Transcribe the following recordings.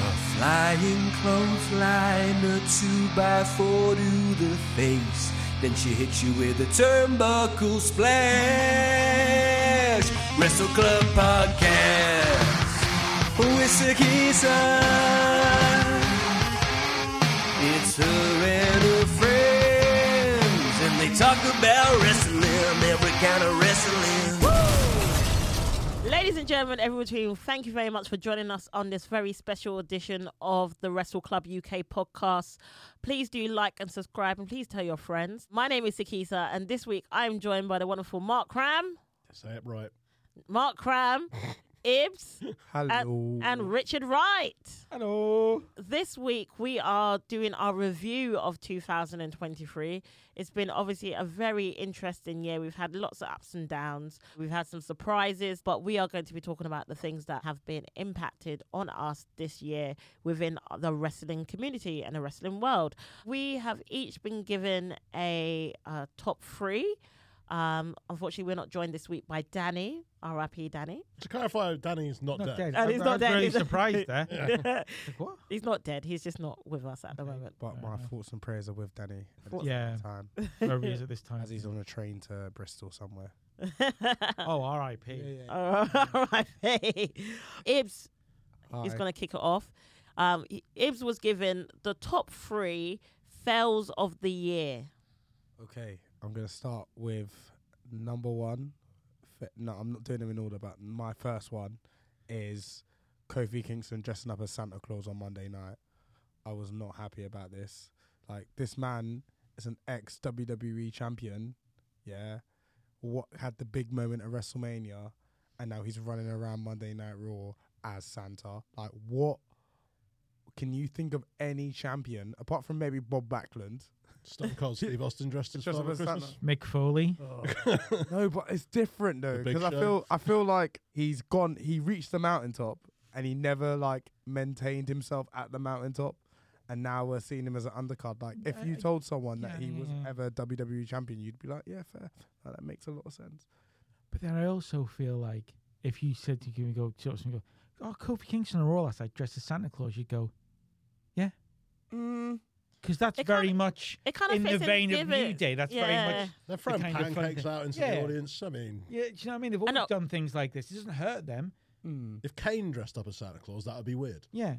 A flying clothesline, a two by four to the face. Then she hits you with a turnbuckle splash. Wrestle Club Podcast with Sakisa. It's her and her friends, and they talk about wrestling, every kind of wrestling. Ladies and gentlemen, everyone between, thank you very much for joining us on this very special edition of the Wrestle Club UK podcast. Please do like and subscribe and please tell your friends. My name is Sakisa and this week I am joined by the wonderful Mark Cram, Say it right. Mark Cram, Ibs, Hello. and, and Richard Wright. Hello. This week we are doing our review of 2023. It's been obviously a very interesting year. We've had lots of ups and downs. We've had some surprises, but we are going to be talking about the things that have been impacted on us this year within the wrestling community and the wrestling world. We have each been given a uh, top three. Um, unfortunately, we're not joined this week by Danny, RIP Danny. To clarify, Danny's not, dead. And he's not I'm dead, Really he's- surprised there. Like, what? He's not dead. He's just not with us at the moment. But my thoughts and prayers are with Danny at this Yeah. time, Where he is at this time? as he's on a train to Bristol somewhere. Oh, R.I.P. Uh, All right, hey. Ibs is Hi. going to kick it off. Um, I- Ibs was given the top three fails of the year. Okay, I'm gonna start with number one. F- No, I'm not doing them in order, but my first one is Kofi Kingston dressing up as Santa Claus on Monday night. I was not happy about this. Like this man is an ex WWE champion, yeah. What had the big moment at WrestleMania, and now he's running around Monday Night Raw as Santa. Like what? Can you think of any champion apart from maybe Bob Backlund? Stone Cold Steve Austin dressed as Dressed up Father as Christmas. Mick Foley. Oh. No, but it's different though Big because I Show. feel I feel like he's gone. He reached the mountaintop and he never like maintained himself at the mountaintop, and now we're seeing him as an undercard. Like if you told someone that he Uh, yeah, Mm. was yeah. ever WWE E champion, you'd be like, yeah, fair. Like, that makes a lot of sense. But then I also feel like if you said to you go to us and go, oh, Kofi Kingston or all last night dressed as Santa Claus, you'd go, yeah. Because that's It kinda- very much It kind of in the fits vein in of giving. New Day. That's very Yeah. much. They're throwing kind of fun pancakes thing. out into Yeah. the audience. I mean, Yeah, do you know what I mean? They've know. always done things like this. It doesn't hurt them. Hmm. if Kane dressed up as Santa Claus, that would be weird. Yeah.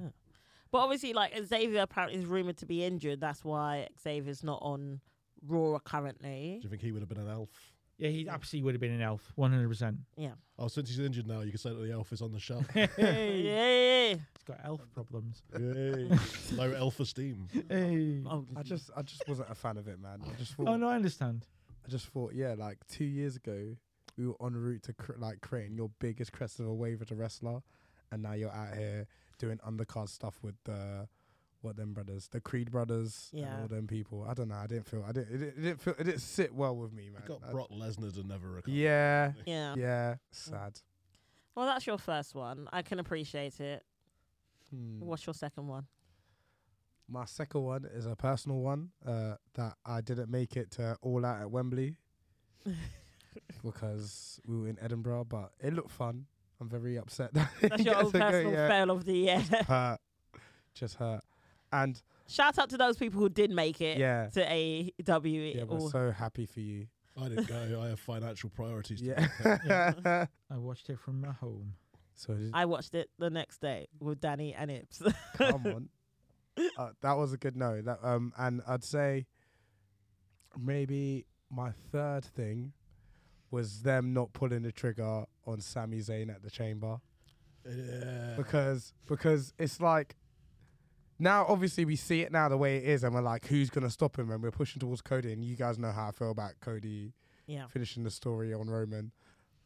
But obviously, like Xavier apparently is rumored to be injured. That's why Xavier's not on Raw Do currently. you think he would have been an elf? Yeah, he absolutely would have been an elf, 100%. Yeah. Oh, since he's injured now, you can say that the elf is on the shelf. Yeah. He's got elf problems. Yay. Low elf esteem. Hey. Oh, I just I just wasn't a fan of it, man. I just thought Mm. Oh, no, I understand. I just thought yeah, like two years ago we were en route to cr- like creating your biggest crest of a wave as a wrestler, and now you're out here doing undercard stuff with the what them brothers, the Creed brothers, Yeah. and all them people. I don't know. I didn't feel. I didn't. It, didn't- it didn't feel. It didn't sit well with me, man. He got I- Brock Lesnar to never recover. yeah, yeah. yeah. Sad. Well, that's your first one. I can appreciate it. Hmm. What's your second one? My second one is a personal one uh, that I didn't make it to all out at Wembley because we were in Edinburgh, but it looked fun. I'm very upset. that it That's your gets own to go, personal yeah. fail of the year. hurt. Just hurt. And Shout out to those people who did make it yeah, to E AEW. yeah, or- we're so happy for you. I didn't go. I have financial priorities. To Yeah. I watched it from my home. so just I watched it the next day with Danny and Ips. come on. Uh, that was a good no. That um, and I'd say maybe my third thing was them not pulling the trigger on Sami Zayn at the Chamber. Yeah. because because it's like now obviously we see it now the way it is and we're like who's gonna stop him and we're pushing towards Cody and you guys know how I feel about Cody Yeah. finishing the story on Roman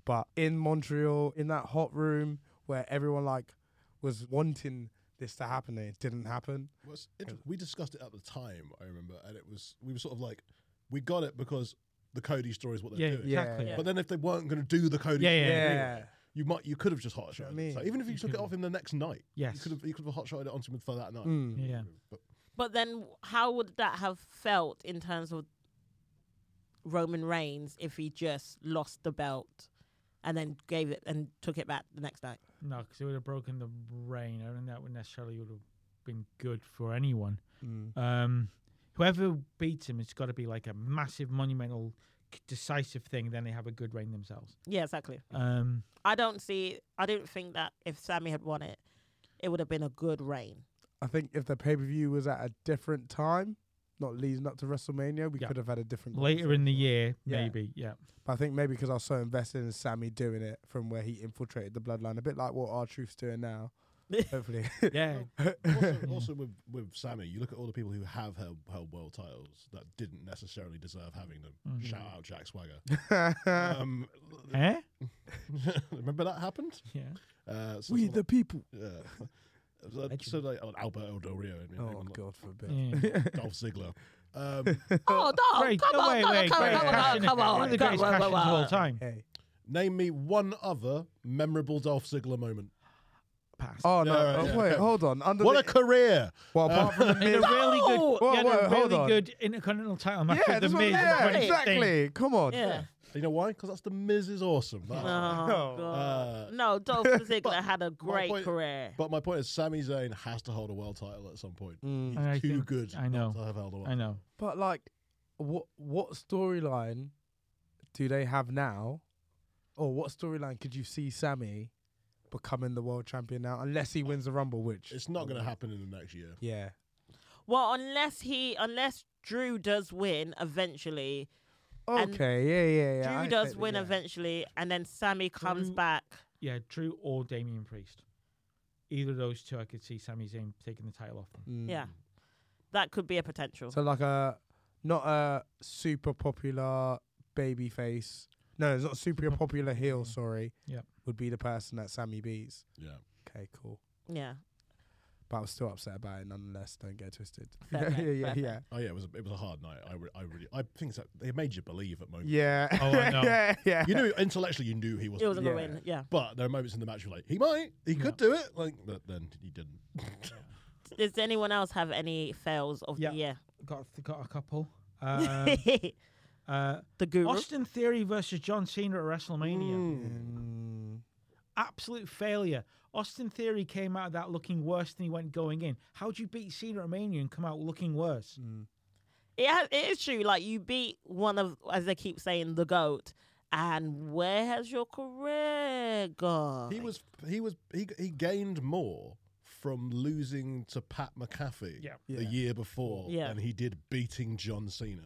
but in Montreal in that hot room where everyone like was wanting this to happen and it didn't happen What's inter- we discussed it at the time, I remember, and it was we were sort of like we got it because the Cody story is what they're Yeah, doing. exactly. Yeah. But then if they weren't going to do the Cody, Yeah, yeah, story, yeah. you might you could have just hot shot. what I So mean. even if you, took it could've- off him the next night, you Yes. could have you could have hot shotted it onto him for that night. Mm. Yeah. But but then, how would that have felt in terms of Roman Reigns if he just lost the belt and then gave it and took it back the next night? No, because it would have broken the rain. I don't think that would necessarily would have been good for anyone. Mm. Um, whoever beats him, it's got to be like a massive, monumental, c- decisive thing. Then they have a good reign themselves. Yeah, exactly. Um, I don't see. I didn't think that if Sammy had won it, it would have been a good reign. I think if the pay per view was at a different time, not leading up to WrestleMania, we Yeah. could have had a different later in the year, Yeah. maybe. Yeah. But I think maybe because I was so invested in Sammy doing it from where he infiltrated the bloodline, a bit like what our truth's doing now. Hopefully, Yeah. also, Yeah. also with with Sammy, you look at all the people who have held, held world titles that didn't necessarily deserve having them. Mhm. Shout out Jack Swagger. yeah. um, eh? remember that happened? Yeah. Uh, so we sort the people. of- yeah. So, Legend. so like oh, Alberto Del Rio, I mean, Oh anyone like God forbid! Oh, Yeah. Dolph Ziggler. Um, Oh, no, Great. come No, on, wait, come on, wait, come great on, come on, passion. come One on, of the come on, greatest passions of all come on. time. Hey. name me one other memorable Dolph Ziggler moment. Pass. Oh no! Yeah, oh, yeah, wait, okay. hold on. Under What the, a career! well, apart from the He had mid- a really good, No! he had Whoa, a whoa, hold really on. good intercontinental title match yeah, with that's the what, Miz. in yeah, 2016. exactly. Come on. Yeah. You know why? Because that's the Miz is awesome. That- Oh, No. God. Uh, no, Dolph Ziggler had a point- great career. But my point is, Sami Zayn has to hold a world title at some point. He's I too think- good I not know. to have held a world. I know. Mm. But like, what what storyline do they have now, or what storyline could you see Sammy becoming the world champion now? Unless he wins the Rumble, which It's not going to happen in the next year. Yeah, Well, unless he, unless Drew does win eventually, And Okay, yeah, yeah, yeah. I Drew does accept it, win yeah. eventually, and then Sammy comes Drew- back. Yeah, Drew or Damian Priest. Either of those two, I could see Sami Zayn taking the title off them. Mm. Yeah, that could be a potential. So like a not a super popular baby face. No, it's not super Super- popular Mm. heel. Sorry. Yeah. Would be the person that Sammy beats. Yeah. Okay, cool. yeah, But I'm still upset about it nonetheless. Don't get it twisted. Fair yeah, play, yeah, fair yeah, Oh yeah, it was a, it was a hard night. I, re- I really I think that they made you believe at moments. yeah. Oh, I know. yeah, yeah. You knew intellectually you knew he it wasn't, was a good Yeah. win. Yeah, but there were moments in the match you're like he might, he could do it, like but then he didn't. does anyone else have any fails of Yeah. the year? Got got a couple. Um, uh, the Guru. Austin Theory versus John Cena at WrestleMania. Hmm. Hmm. Mm, Absolute failure. Austin Theory came out of that looking worse than he went going in. How do you beat Cena at Mania and come out looking worse? mm. It, has, it is true. Like you beat one of, as they keep saying, the goat. And where has your career gone? He was he was he he gained more from losing to Pat McAfee Yeah. the Yeah. year before Yeah. than he did beating John Cena.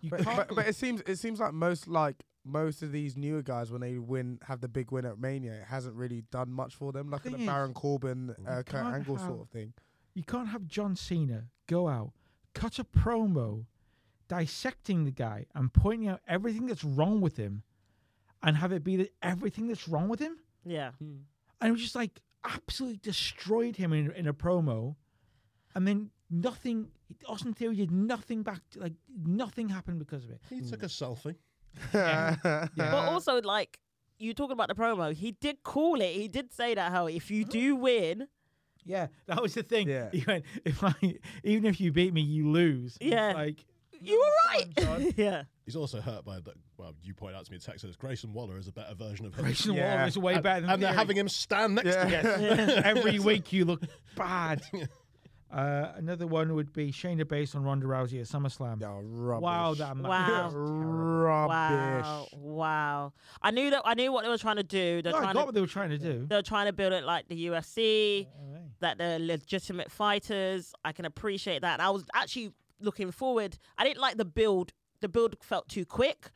You But, can't. but, but it seems it seems like most like most of these newer guys when they win have the big win at Mania, it hasn't really done much for them. Like Thing at the is, Baron Corbin, uh, Kurt can't Angle have- sort of thing. You can't have John Cena go out, cut a promo, dissecting the guy and pointing out everything that's wrong with him, and have it be that everything that's wrong with him. yeah. And it was just like absolutely destroyed him in, in a promo, and then nothing. Austin Theory did nothing back. Like nothing happened because of it. He took a selfie. But also, like, you talking about the promo, he did call it. He did say that, how if Mm-hmm. you do win, Yeah, that was the thing. Yeah. He went, if I, even if you beat me, you lose. It's Yeah. like you were Come on, right. yeah. He's also hurt by that. Well, you pointed out to me in Texas, Grayson Waller is a better version of him. Grayson Yeah. Waller is way and, better than and they're Theory. having him stand next to him. every week you look bad. Uh, another one would be Shayna Baszler and Ronda Rousey at SummerSlam. Yeah, rubbish. Wow, that match Wow. was terrible. rubbish. Wow. Wow. I knew that. I knew what they were trying to do. They're No, I trying got to. what they were trying to Mm. do. They're trying to build it like the UFC, Alright. that they're legitimate fighters. I can appreciate that. And I was actually looking forward. I didn't like the build. The build felt too quick.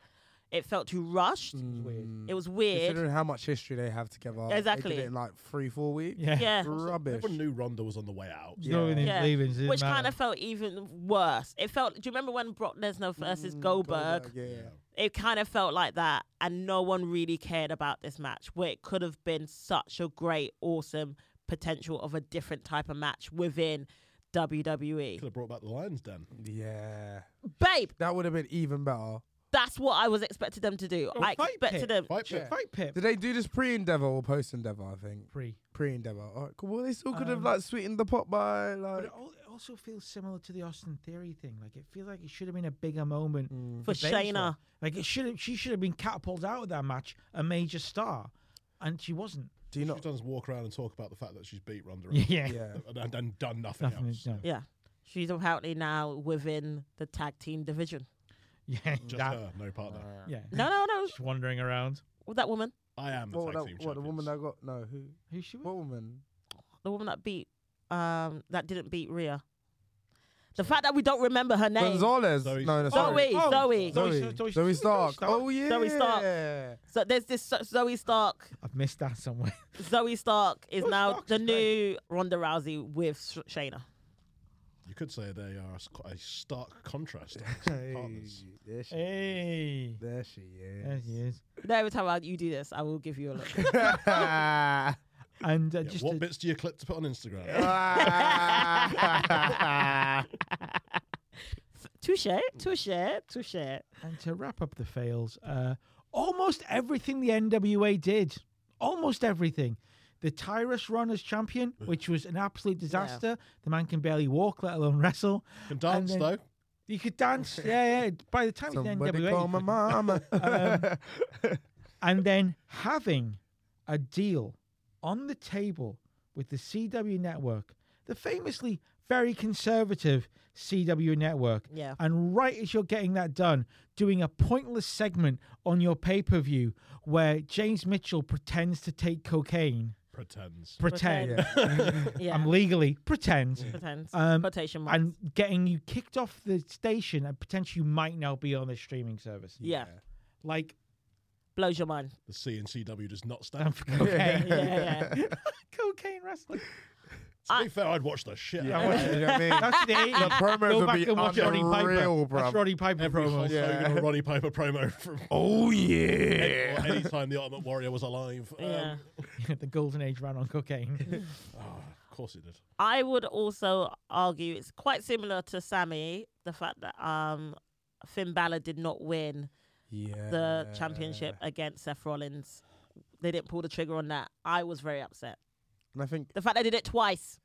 It felt too rushed. Mm. It was weird. Considering how much history they have together, They Exactly. did it in like three, four weeks. Yeah. Yeah. Rubbish. Everyone knew Ronda was on the way out. There's no Yeah. one in Yeah. leaving, so it Which didn't kind matter. of felt even worse. It felt. Do you remember when Brock Lesnar versus Goldberg? Mm, Goldberg, yeah. It kind of felt like that, and no one really cared about this match, where it could have been such a great, awesome potential of a different type of match within Could WWE. have brought back the Lions Den. Yeah. Babe, That would have been even better. that's what I was expected them to do. Or I fight expected pit. them. Fight pit. Yeah. Fight Pip. Did they do this pre Endeavor or post Endeavor? I think Free. pre Endeavor. Alright, cool. Well, they still could have Um, like sweetened the pot by But like. it al- it also feels similar to the Austin Theory thing. Like it feels like it should have been a bigger moment Mm. For Baszler. Shayna. Like it should have, she should have been catapulted out of that match a major star, and she wasn't. Do you All know? she's done is walk around and talk about the fact that she's beat Ronda Rousey Yeah. Yeah. and, and, and done nothing, Nothing, else. no. Yeah. She's apparently now within the tag team division. Yeah. Just that- her, no partner. Yeah. No, no, no. Just wandering around. Well, That woman, I am the What, tag that, team what the woman champions. that got? No, who? Who's she with? What woman? the woman that beat, um, that didn't beat Rhea. The fact that we don't remember her name. Gonzalez. Zoe- No, that's Zoe, Zoe. Oh, Zoe. Zoe- Zoe. Zoe- Zoe Stark. Stark. Oh yeah. Zoe Stark. So there's this Zo- Zoe Stark. I've missed that somewhere. Zoe Stark is Zoe now Stark the is new Ronda Rousey with Sh- Shayna. You could say they are a s- a stark contrast. Hey, partners. Oh, There she. hey. There she There is. she is. Every time I, you do this, I will give you a look. And uh, Yeah, just what to- bits do you clip to put on Instagram? touche, touche, touche. and to wrap up the fails, uh, almost everything the NWA did, almost everything. The Tyrus run as champion, which was an absolute disaster. The man can barely walk, let alone wrestle. Can dance then- though. You could dance, yeah, yeah. By the time he's in Somebody NWA, call you my could- mama. and then having a deal on the table with the CW network, the famously very conservative CW network. Yeah. And right as you're getting that done, doing a pointless segment on your pay per view where James Mitchell pretends to take cocaine, Pretends. pretend, Yeah. I'm legally pretends, Pretends. Um, Quotation marks. and getting you kicked off the station and potentially you might now be on the streaming service. yeah. Like, Blows your mind. The C and CW does not stand. damn for cocaine. Yeah, yeah. cocaine wrestling. to be fair, I'd watch the shit. out of You it. know what I mean? That's the eight. The promos Go would back be and watch Roddy unreal, Piper. bruv. That's Roddy Piper Every Hulk promos. Yeah. Hogan or Roddy Piper promo from Oh or yeah. any time the Ultimate Warrior was alive. Um, Yeah. the golden age ran on cocaine. oh, of course it did. I would also argue it's quite similar to Sammy, the fact that um Finn Balor did not win Yeah. the championship against Seth Rollins. They didn't pull the trigger on that. I was very upset. And I think, The fact they did it twice.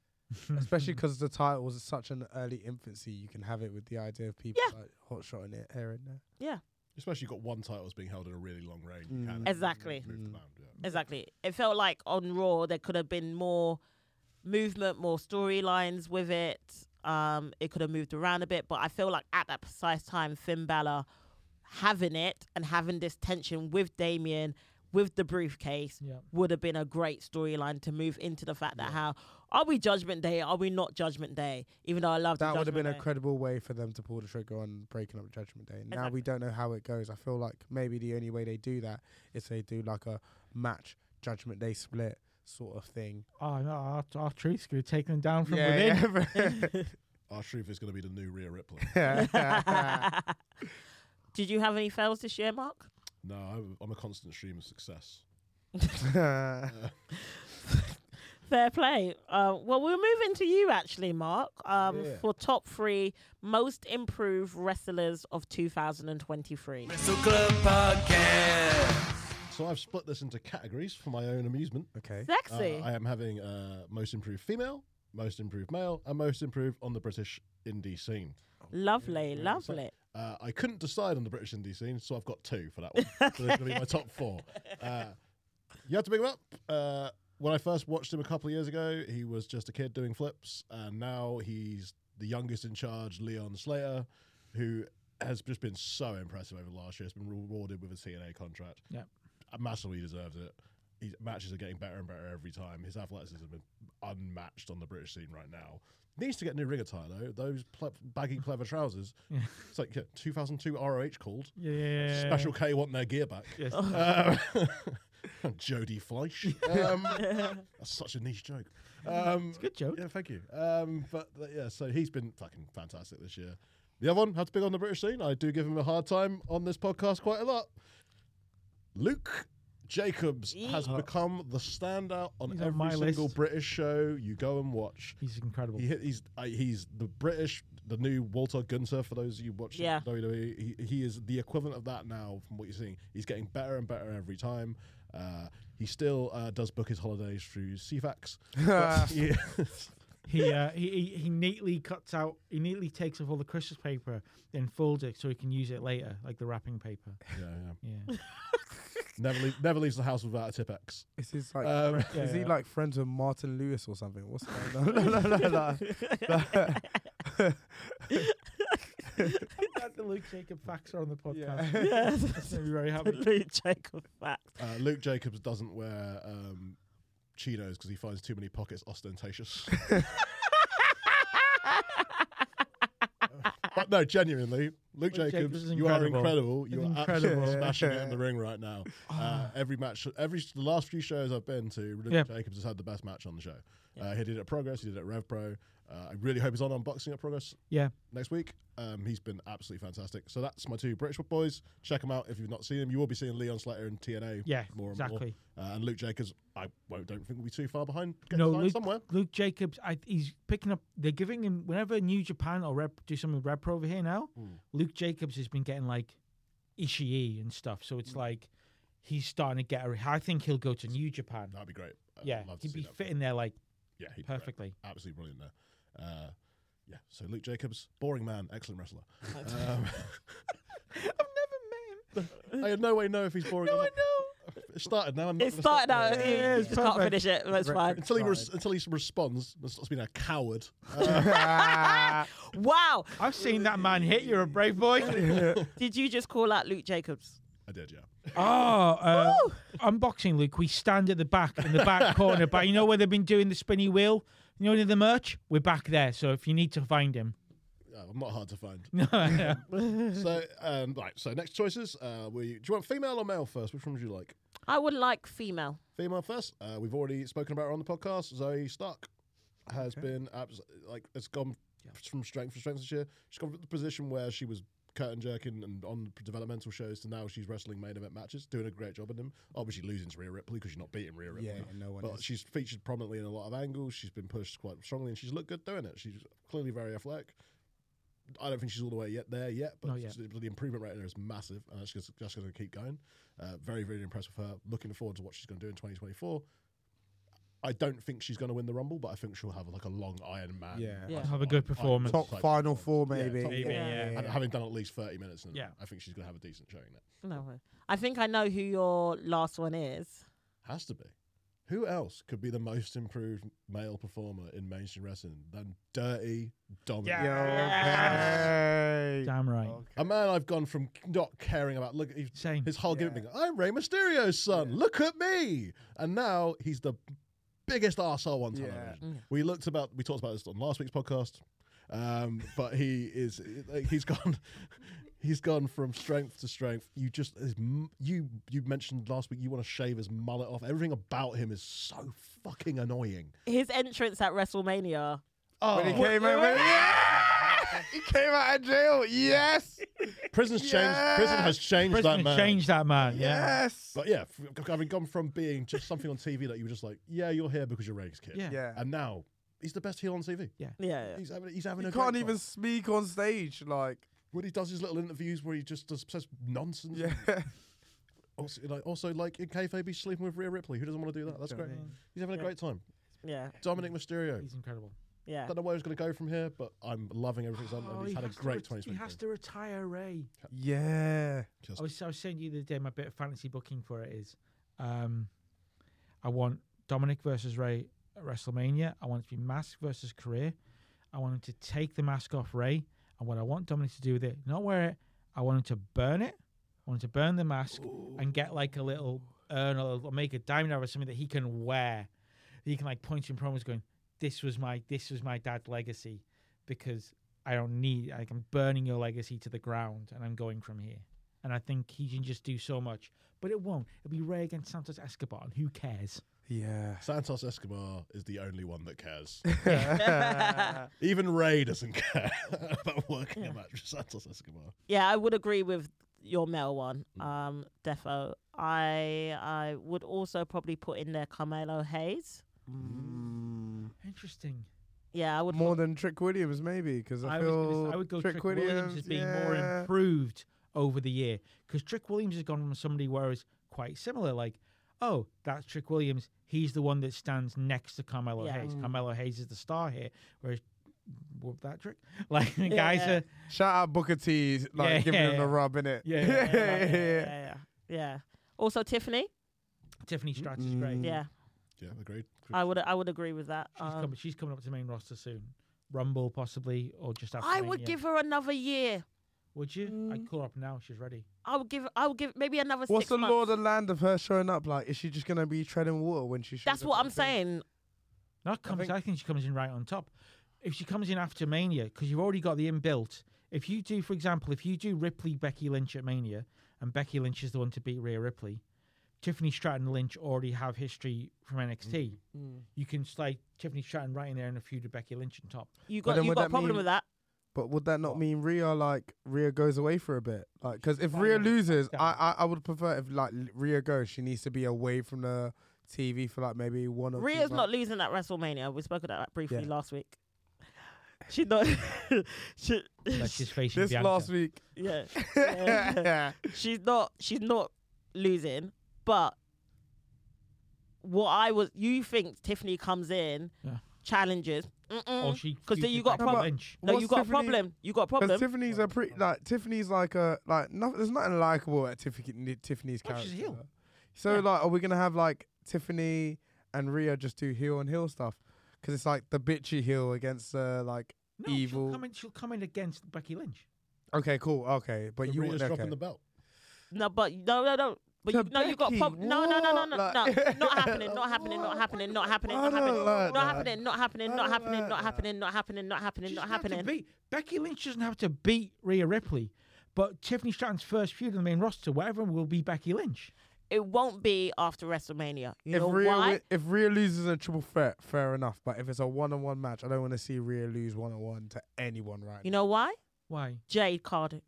especially because the title was such an early infancy, you can have it with the idea of people Yeah. like hot shotting it here and there. Especially you've got one title that's being held in a really long reign. You can Mm. Exactly. move the Mm. band, yeah. Exactly. It felt like on Raw there could have been more movement, more storylines with it. Um, it could have moved around a bit, but I feel like at that precise time, Finn Balor having it and having this tension with Damien, with the briefcase, yeah. would have been a great storyline to move into the fact that how are we Judgment Day? Are we not Judgment Day? Even though I love That would have been a Day. credible way for them to pull the trigger on breaking up Judgment Day. Now Exactly. we don't know how it goes. I feel like maybe the only way they do that is they do like a match Judgment Day split sort of thing. Oh, no, our, our truth's going to take them down from within. Our truth is going to be the new Rhea Ripley. yeah. Did you have any fails this year, Mark? no, I'm, I'm a constant stream of success. Fair play. Uh, well, we're moving to you actually, Mark, um, Yeah. for top three most improved wrestlers of 2023. Wrestle Club Podcast. So I've split this into categories for my own amusement. okay. Uh, Sexy. I am having uh, most improved female, most improved male, and most improved on the British indie scene. lovely, Yeah. lovely. Uh, I couldn't decide on the British indie scene, so I've got two for that one. So they're going to be my top four. Uh, you have to pick him up. Uh, when I first watched him a couple of years ago, he was just a kid doing flips, and now he's the youngest in charge, Leon Slater, who has just been so impressive over the last year. He's been rewarded with a TNA contract. Yep. Uh, Massively deserves it. His matches are getting better and better every time. His athleticism is unmatched on the British scene right now. Needs to get a new ring attire though. Those ple- baggy, clever trousers. Yeah. It's like yeah, 2002 ROH called. Yeah. Oh. Special K want their gear back. Yes. Um, Jody Fleisch. Um, that's such a niche joke. Um, Good joke. yeah, thank you. Um, but uh, yeah, so he's been fucking fantastic this year. The other one, how to big on the British scene. I do give him a hard time on this podcast quite a lot. Luke Jacobs has become the standout on Uh, He's on every my single list. British show you go and watch. He's incredible. He, hit- he's uh, he's the British, the new Walter Gunther. For those of you watching Yeah. WWE, he, he is the equivalent of that now. From what you're seeing, he's getting better and better every time. Uh, he still uh, does book his holidays through CFAX. but he- He, uh, he, he he neatly cuts out. He neatly takes off all the Christmas paper, then folds it so he can use it later, like the wrapping paper. yeah, yeah. Yeah. Never leave, never leaves the house without a tip X. Is he like Um, fri- is Uh, yeah, he yeah. like friends with Martin Lewis or something? What's that? No, no, no, no, no. I'm glad the Luke Jacob facts are on the podcast. Yeah. yeah, That's gonna be very happy. absolute joke of fact. Uh, Luke Jacobs doesn't wear um, Cheetos because he finds too many pockets ostentatious. but no, genuinely, Luke, Luke Jacobs, Jacobs is you are incredible. incredible. You He's are absolutely incredible. Ah. smashing it in the ring right now. Uh, every match, every the last few shows I've been to, Luke Yeah. Jacobs has had the best match on the show. Uh, he did it at Progress. He did it at Rev Pro. Uh, I really hope he's on unboxing at Progress Yeah. next week. Um, he's been absolutely fantastic. So that's my two British boys. Check them out if you've not seen them. You will be seeing Leon Slater in TNA. Yeah, more and more. exactly. Uh, and Luke Jacobs, I won't, don't think will be too far behind. Get No, signed Luke, somewhere. Luke Jacobs, I, he's picking up. They're giving him whenever New Japan or Rep do something with Rep Pro over here now. Hmm. Luke Jacobs has been getting like Ishii and stuff, so Hmm. it's like he's starting to get. A, I think he'll go to New Japan. That'd be great. Uh, I'd yeah, love to he'd see be that. fitting there like Yeah, he'd be great. perfectly. Absolutely brilliant there. Uh, yeah, so Luke Jacobs, boring man, excellent wrestler. um, I've never met him. I had no way know if he's boring. or No, I not. know. It started now. I'm not It gonna started stop out. there. you yeah, it's just can't perfect. finish it. That's Re- fine. Until he, res- Started. until he responds, must stop being a coward. Wow. I've seen that man hit. You're a brave boy. Did you just call out Luke Jacobs? I did, yeah. Oh, uh, unboxing, Luke. We stand at the back in the back corner, but you know where they've been doing the spinny wheel. You know near the merch. We're back there. So if you need to find him, Yeah, I'm not hard to find. no, no. so, um, right. So, next choices. Uh, we, do you want female or male first? Which one would you like? I would like female. Female first. Uh, we've already spoken about her on the podcast. Zoe Stark has been abs- like it's gone from strength to strength this year. She's gone from the position where she was curtain jerking and on developmental shows to now she's wrestling main event matches, doing a great job in them. Obviously losing to Rhea Ripley because she's not beating Rhea Ripley. Yeah, no one But is. she's featured prominently in a lot of angles. She's been pushed quite strongly and she's looked good doing it. She's clearly very athletic. I don't think she's all the way yet there yet, but Not yet. she's- the improvement rate in her is massive, and that's just, just going to keep going. Uh, very, very impressed with her. Looking forward to what she's going to do in 2024. I don't think she's going to win the Rumble, but I think she'll have like a long Iron Man. Yeah. Yeah. have a Iron- good performance. Top type final four, performance. maybe. Yeah, top Maybe, four. yeah, And having done at least 30 minutes, in a Yeah. row, I think she's going to have a decent showing there. No. I think I know who your last one is. Has to be. Who else could be the most improved male performer in mainstream wrestling than Dirty Dominic? Yo, okay. Damn right. Okay. A man I've gone from not caring about. Look, he's Same. Oh. His whole gimmick Yeah. being, I'm Rey Mysterio's son. Look at me. And now he's the biggest arsehole on Yeah. television. Mm. We looked about, we talked about this on last week's podcast, um, but he is, like, he's gone, he's gone from strength to strength. You just, his, m- you, you mentioned last week you want to shave his mullet off. Everything about him is so fucking annoying. His entrance at WrestleMania. Oh, When he came out, when- yeah! he came out of jail. Yes, prison's changed. Prison has changed Prison that man. changed that man. Yeah. yes. But yeah, f- having gone from being just something on TV that you were just like, yeah, you're here because you're Ray's kid. Yeah. Yeah, And now he's the best heel on TV. Yeah. He's having he's having he a can't great even time. speak on stage. Like, when he does his little interviews where he just does, says nonsense. yeah, Also, like, also like in kayfabe, he's sleeping with Rhea Ripley. Who doesn't want to do that? That's great. He's having a great time. Yeah. Dominic Mysterio. He's incredible. Yeah. Don't know where he's going to go from here, but I'm loving everything he's done. and he's had a great Oh, He 2020. has to retire Ray. yeah. Just- I was, I was saying the other day, my bit of fantasy booking for it is um, I want Dominic versus Ray at WrestleMania. I want it to be mask versus career. I want him to take the mask off Ray. And what I want Dominic to do with it, not wear it, I want him to burn it. I want him to burn the mask and get like a little urn or or make a diamond out of it, something that he can wear. He can like point in promos going, This was my this was my dad's legacy because I don't need like I'm burning your legacy to the ground and I'm going from here and I think he can just do so much. But it won't. It'll be Ray against Santos Escobar, and who cares? Yeah. Santos Escobar is the only one that cares. Yeah. Even Ray doesn't care about working a match with Santos Escobar. Yeah, I would agree with your male one, Mm. um, Defo. I I would also probably put in there Carmelo Hayes. Interesting. Yeah, I would. Mm. More than Trick Williams, maybe, because I, I, was feel gonna say, I would go Trick, Williams, as being more yeah. improved over the year because Trick Williams has gone from somebody where it's quite similar, like, oh, that's Trick Williams. He's the one that stands next to Carmelo Yeah. Mm. Hayes. Carmelo Hayes is the star here, whereas whoop that trick, like the guys Yeah. are Shout out Booker T, like Yeah, giving yeah, him yeah. the rub in it. Yeah, yeah, yeah, yeah, yeah, yeah. Also, Tiffany. Tiffany Stratton's is great. Mm. Yeah, Yeah, agreed. Uh, I would. I would agree with that. She's, Um, coming, she's coming up to the main roster soon. Rumble possibly, or just after. I would Mania. give Mm. her another year. Would you? I'd call her up now. She's ready. I would give. I would give maybe another What's six the months. law of the land of her showing up like? Is she just gonna be treading water when she? should That's have what been I'm doing- saying. No, it comes, I, think- think, she comes in right on top. If she comes in after Mania, because you've already got the inbuilt. If you do, for example, if you do Ripley Becky Lynch at Mania, and Becky Lynch is the one to beat Rhea Ripley, Tiffany Stratton and Lynch already have history from NXT. Mm. You can slide Tiffany Stratton right in there and a feud with Becky Lynch on top. You But got. then You would got a that problem mean- with that? But would that not mean Rhea like Rhea goes away for a bit? Like, because if Down, Rhea down. loses, Down. I, I I would prefer if like L- Rhea goes, she needs to be away from the TV for like maybe one or. two Rhea's not months. losing at WrestleMania. We spoke about that briefly Yeah. last week. She not. she, Like she's facing This Bianca. last week, yeah. yeah. she's not she's not losing but what i was you think tiffany comes in Yeah. Oh, challenges Or because she 'Cause then feuds you with got a Becky problem. Lynch. no What's you got a Tiffany- problem you got a because problem Tiffany's a pretty like Tiffany's like a like nothing. There's nothing likable at Tiffany Tiffany's Well, character. she's a heel. So Yeah. like, are we gonna have like Tiffany and Rhea just do heel and heel stuff? Because it's like the bitchy heel against uh, like No, evil. She'll come, in, she'll come in against Becky Lynch. okay, cool, okay, but you Rhea's want okay. dropping the belt. no but no no no but To you, no, you got a Becky, prob- no, no, no, no, what? no, no, Like- not happening, not happening, not What? happening, not happening, I not don't happening, like not that. happening, not happening, I not don't happening, like not that. happening, not happening, not happening, She not doesn't have to happening. beat- Becky Lynch doesn't have to beat Rhea Ripley, but Tiffany Stratton's first feud in the main roster, whatever, will be Becky Lynch. It won't be after WrestleMania. You if know Rhea why? wi- if Rhea loses a triple threat, fair enough. But if it's a one on one match, I don't want to see Rhea lose one on one to anyone right You know why? Why? Jade Cardiff.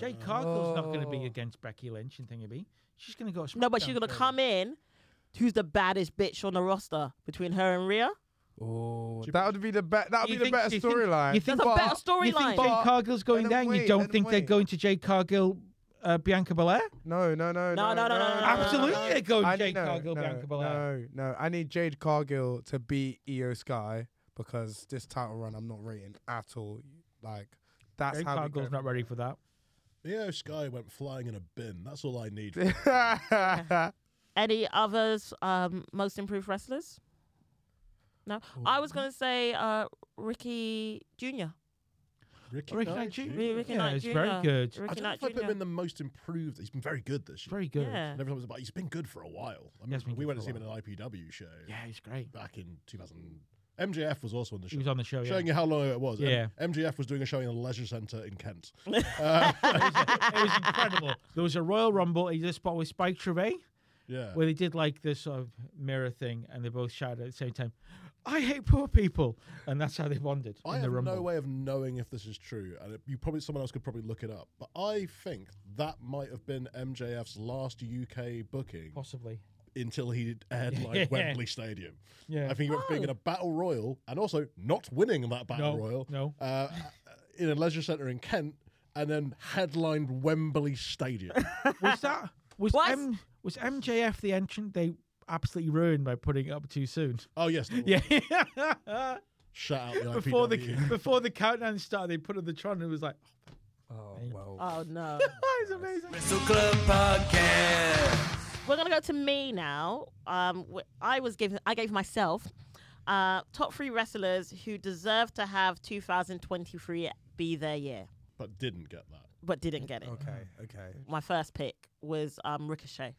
Jade Cargill's not going to be Oh. against Becky Lynch and thingy bee. She's going to go. to No, but she's SmackDown gonna first. come in. Who's the baddest bitch on the roster between her and Rhea? now. Oh, that would be the be- that would You be the think- better you think- storyline. you think- That's a But- better storyline. You think Jade But- Cargill's going Let 'em there? and wait, You let don't 'em think they're wait. going to Jade Cargill, uh, Bianca Belair? No, no, no, No, no, no, no, no, no, no, no, Absolutely, no, no. they're going I- Oh, Jade no, Cargill, no, Bianca Belair. No, no, I need Jade Cargill to beat Io Sky because this title run I'm not rating at all. Like that's Jade how we go Cargill's not ready for that. Io Sky went flying in a bin. That's all I need. Any others? Um, most improved wrestlers? No, I was gonna say uh, Ricky Junior. Ricky, Ricky Knight Knight Jr. Jr. Ri- Ricky Yeah, Knight it's Jr. very good. I Ricky don't know Knight if I put him Jr. in the most improved. He's been very good this year. Very good. Yeah. And everyone's like, he's been good for a while. I He has mean, been we good went for to see a him in an IPW show Yeah, he's great. back in 2000. MJF was also on the She show. was on the show. Yeah. Showing you how long ago it was. M- Yeah. MJF was doing a show in a leisure centre in Kent. it was incredible. There was a Royal Rumble. He did a spot with Spike Trevay Yeah. where they did like this sort of mirror thing, and they both shouted at the same time, "I hate poor people," and that's how they bonded I in the have Rumble. no way of knowing if this is true, and it, you probably someone else could probably look it up. But I think that might have been MJF's last UK booking Possibly. until he aired like Yeah. Wembley Stadium. Yeah. I think he went from Oh. being in a battle royal and also not winning that battle No, royal. no. Uh, in a leisure centre in Kent, and then headlined Wembley Stadium. was that was What? M, was MJF the entrant they absolutely ruined by putting it up too soon? oh yes, that was- Yeah. Shout out the before the IPW. before the countdown started, they put up the Tron and it was like, Oh well. Uh, Oh no, that is amazing. Wrestle Club Podcast. we're gonna go to me now. Um, wh- I was given, I gave myself uh, top three wrestlers who deserve to have 2023 be their year, but didn't get that. but didn't get it. Okay, okay. my first pick was um, Ricochet.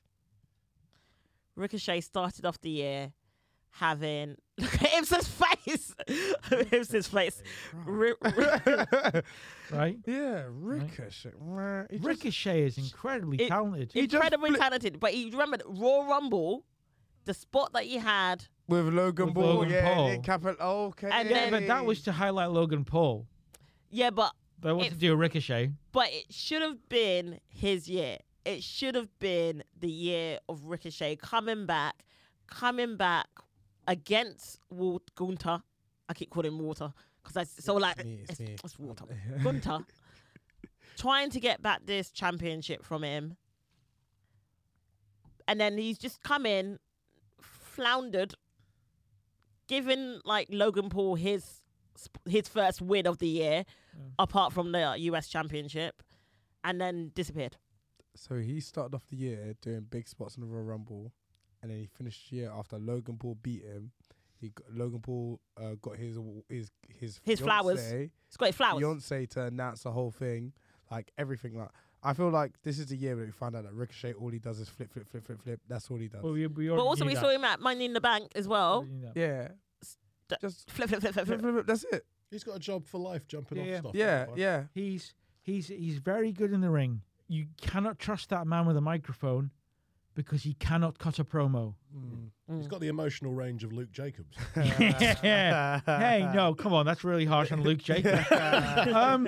Ricochet started off the year having look at Ibsen's face. Ibsen's face. Ri- ri- Right? yeah, Ricochet. Meh, he just- Ricochet is incredibly It- talented. it- just incredibly flipped- talented, but you remember the Raw Rumble, the spot that he had. with Logan With Paul. Logan yeah, Paul. yeah, capital. Okay. And yeah, but that was to highlight Logan Paul. Yeah, but They want It- to do a Ricochet. but it should have been his year. It should have been the year of Ricochet coming back, coming back against Wal- Gunter. I keep calling him Water because I s- so like me, it's, it's me. it's Water Gunter trying to get back this championship from him, and then he's just come in, floundered, giving like Logan Paul his sp- his first win of the year, apart from the uh, US Championship, and then disappeared. So he started off the year doing big spots in the Royal Rumble, and then he finished the year after Logan Paul beat him. He got, Logan Paul uh, got his awa- his his His flowers. fiancée- It's got flowers. Beyonce to announce the whole thing, like everything. Like I feel like this is the year where we find out that Ricochet all he does is flip, flip, flip, flip, flip. That's all he does. Well, we, we but already also, knew we that. saw him at Money in the Bank as well. Already knew that. yeah, Th- just Flip, flip, flip, flip, flip, flip. flip, flip. That's it. He's got a job for life, jumping Yeah. off stuff. Yeah, That's fine. yeah. He's he's he's very good in the ring. You cannot trust that man with a microphone because he cannot cut a promo. He's got the emotional range of Luke Jacobs. hey, no, come on, that's really harsh on Luke Jacobs. um,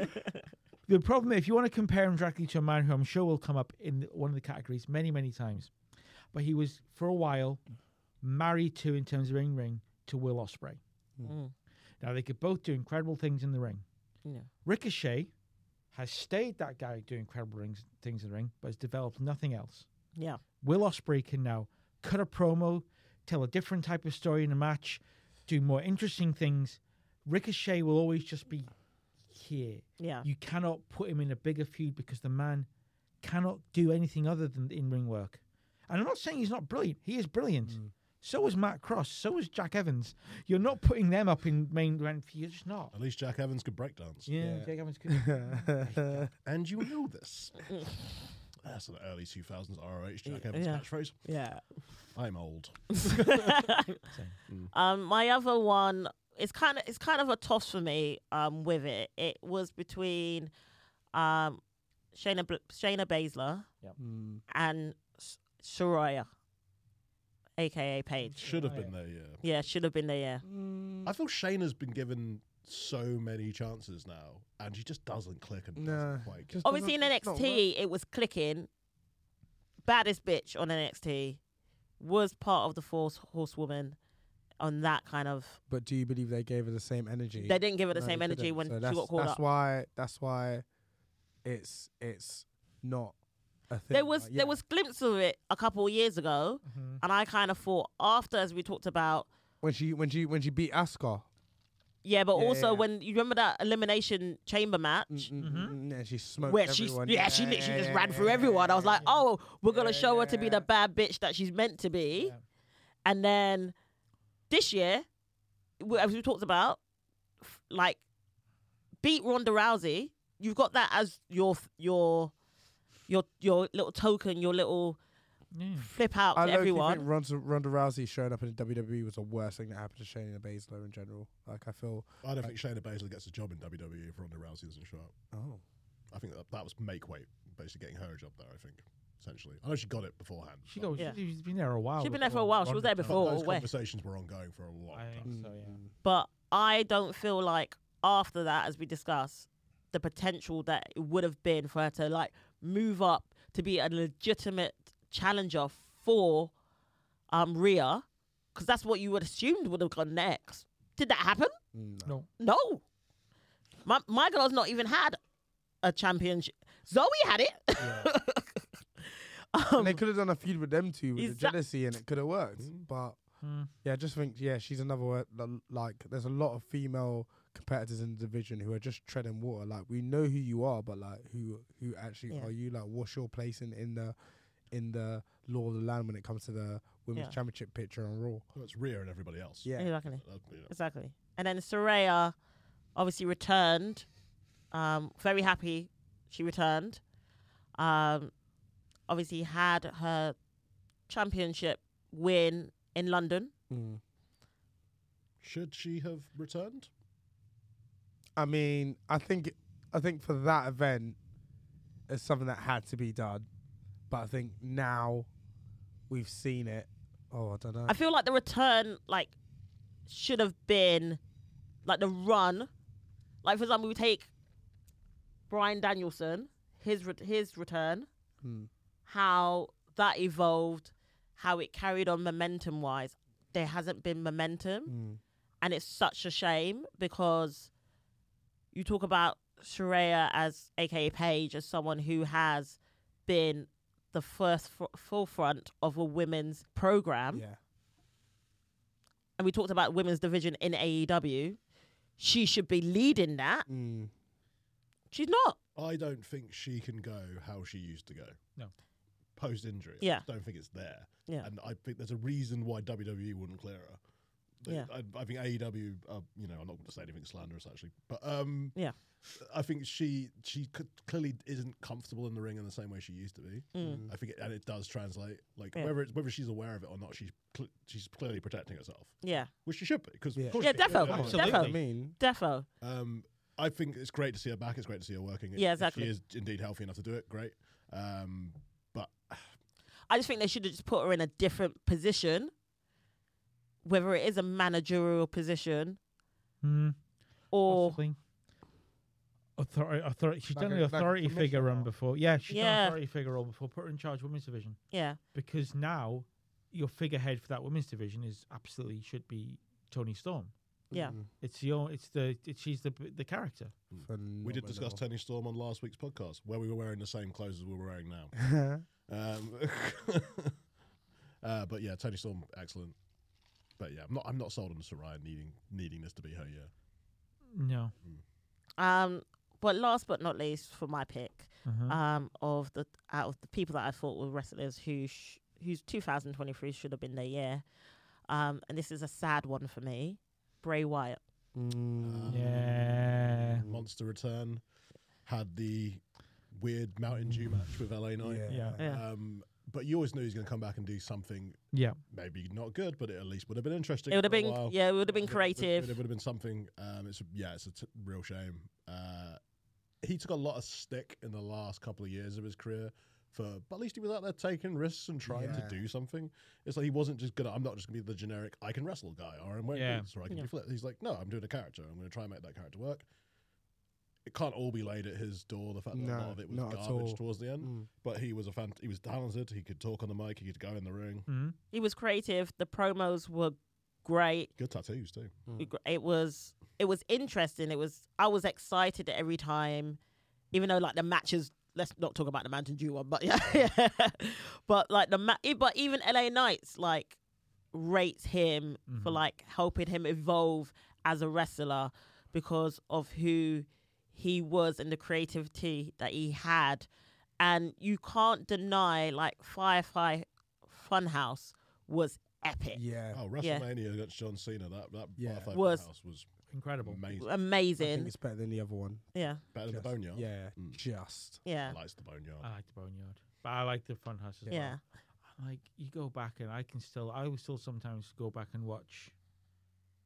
the problem, if you want to compare him directly to a man who I'm sure will come up in one of the categories many, many times, but he was for a while married to, in terms of ring ring, to Will Ospreay. Mm. Now they could both do incredible things in the ring. Yeah. Ricochet has stayed that guy who do incredible rings, things in the ring, but has developed nothing else. Yeah. Will Osprey can now cut a promo, tell a different type of story in a match, do more interesting things. Ricochet will always just be here. Yeah. You cannot put him in a bigger feud because the man cannot do anything other than in ring work. And I'm not saying he's not brilliant. He is brilliant. Mm. So was Matt Cross. So was Jack Evans. You're not putting them up in main event. You're just not. At least Jack Evans could break dance. Yeah, Yeah. Jack Evans could. And you know this. That's an early 2000s ROH Jack Evans Yeah. catchphrase. Yeah. I'm old. Um, my other one is kind of it's kind of a toss for me. Um, with it, it was between, um, Shayna Bl- Shayna Baszler Mm. and S- Soraya, aka Paige. Should have been there, yeah. Yeah, should have been there. Yeah. I feel Shayna's been given so many chances now, and she just doesn't click and No, doesn't quite get. just Obviously in doesn't- it's not NXT, it was clicking. Baddest bitch on NXT was part of the Force Horsewoman on that kind of. But do you believe they gave her the same energy? They didn't give her the No, same they energy didn't. when So she that's- got called That's up. why. That's why. It's it's not a thing. There was like, yeah. Mm-hmm. there was glimpses of it a couple of years ago, and I kind of thought after, as we talked about, when she when she when she beat Asuka. yeah, but Yeah, also yeah. when you remember that elimination chamber match. Mm-hmm. Yeah, she smoked Where she, everyone. yeah, she literally just yeah, ran yeah, through yeah, everyone. I was yeah, like, yeah. oh, we're gonna Yeah, show her to be the yeah. bad bitch that she's meant to be. Yeah. And then this year, w- as we talked about, f- like beat Ronda Rousey. You've got that as your f- your your your little token, your little Yeah. flip out I to low-key everyone. Think Ronda, Ronda Rousey showing up in the WWE was the worst thing that happened to Shayna Baszler in general. Like I feel, I don't think Shayna Baszler gets a job in WWE if Ronda Rousey doesn't show up. oh, I think that, that was make weight, basically getting her a job there, I think, essentially. I know she got it beforehand. She but- goes. Yeah. She's been there a while. She'd been with there for a Ron- while. She was Ronda there Rousey. but before. Those where- conversations were ongoing for a long I time. Mm, think so. Yeah. But I don't feel like after that, as we discussed, the potential that it would have been for her to like move up to be a legitimate challenger for um Rhea, because that's what you would assumed would have gone next. Did that happen? mm, No. No. My my girl's not even had a championship. Zoe had it. and Um, they could have done a feud with them two with the Is that- jealousy, and it could have worked. But Hmm. Mm. yeah, I just think yeah, she's another word, l- like. There's a lot of female competitors in the division who are just treading water. Like we know who you are, but like who who actually Yeah. are you? Like what's your place in in the in the law of the land when it comes to the women's Yeah. championship picture on Raw? Well, it's Rhea and everybody else. Yeah. Exactly. That- you know, Exactly. And then Soraya obviously returned. Um, very happy she returned. Um, obviously had her championship win in London. Mm. should she have returned? I mean, I think I think for that event, it's something that had to be done. But I think now we've seen it. Oh, I don't know. I feel like the return like should have been like the run. Like for example, we take Brian Danielson, his re- his return, Hmm. how that evolved, how it carried on momentum wise. There hasn't been momentum. Mm. and it's such a shame because you talk about Shreya as aka Paige as someone who has been the first f- forefront of a women's program, Yeah. and we talked about women's division E in AEW. She should be leading that. Mm. She's not. I don't think she can go how she used to go. No. Post injury. Yeah. don't think it's there. Yeah. And I think there's a reason why WWE wouldn't clear her. They- Yeah. I, I think AEW, uh, you know, I'm not going to say anything slanderous actually, but um, Yeah. I think she she c- clearly isn't comfortable in the ring in the same way she used to be. I think, it, and it does translate. Like Yeah. whether it's, whether she's aware of it or not, she's cl- she's clearly protecting herself, Yeah. which she should be because Yeah. Yeah, defo. Absolutely. I Defo. mean, Defo. Um, I think it's great to see her back. It's great to see her working. If- Yeah, if exactly. She is indeed healthy enough to do it. Great. Um, but I just think they should have just put her in a different position, whether it is a managerial position Hmm. or Possibly. Authority, authority. She's Like done a- an like a authority figure commissioner. run before. Yeah, she's done Yeah. an authority figure role before. Put her in charge of women's division yeah, because now your figurehead for that women's division is absolutely should be Tony Storm. yeah, mm, It's your. It's the. It, she's the the character. Mm. we did discuss Tony Storm on last week's podcast, where we were wearing the same clothes as we're wearing now. ten. Um, uh, but yeah, Tony Storm, excellent. But yeah, I'm not. I'm not sold on Soraya needing needing this to be her year. No. Um, but last but not least, for my pick, Uh-huh. um, of the out of the people that I thought were wrestlers who sh- whose 2023 should have been their year, um, and this is a sad one for me, Bray Wyatt. Mm. yeah. Monster Return had the weird Mountain Dew match with LA Knight. Yeah. Yeah. Um, but you always knew he's going to come back and do something Yeah. maybe not good, but it at least would have been interesting. It would have for a been while. yeah, it would have been It would- It would, creative. have been something. Um, it's a, yeah, it's a t- real shame. Uh, he took a lot of stick in the last couple of years of his career for, but at least he was out there taking risks and trying Yeah. to do something. It's like he wasn't just gonna. I'm not just gonna be the generic. I can wrestle guy, or I'm wearing Yeah. boots, or I can Yeah. do flip. He's like, no, I'm doing a character. I'm gonna try and make that character work. It can't all be laid at his door. The fact that a No, lot of it was not at garbage all. towards the end, Mm. but he was a fan. He was talented. He could talk on the mic. He could go in the ring. Mhm. He was creative. The promos were great. Good tattoos too. Mm-hmm. it gr- it was it was interesting. It was I was excited every time, even though like the matches. Let's not talk about the Mountain Dew one, but yeah, but like the ma- e- but even LA Knights like rates him Mm-hmm. for like helping him evolve as a wrestler because of who he was and the creativity that he had, and you can't deny like Firefly Funhouse was epic, Yeah. Oh, Yeah. WrestleMania against John Cena, that that Yeah. Firefly Was- House was Incredible. amazing. I think amazing, it's better than the other one. yeah, Better than the Just- Boneyard. Yeah, Mm. just. yeah. likes the Boneyard. I like the Boneyard, but I like the Funhouse as well. Yeah. I'm like you go back and I can still I will still sometimes go back and watch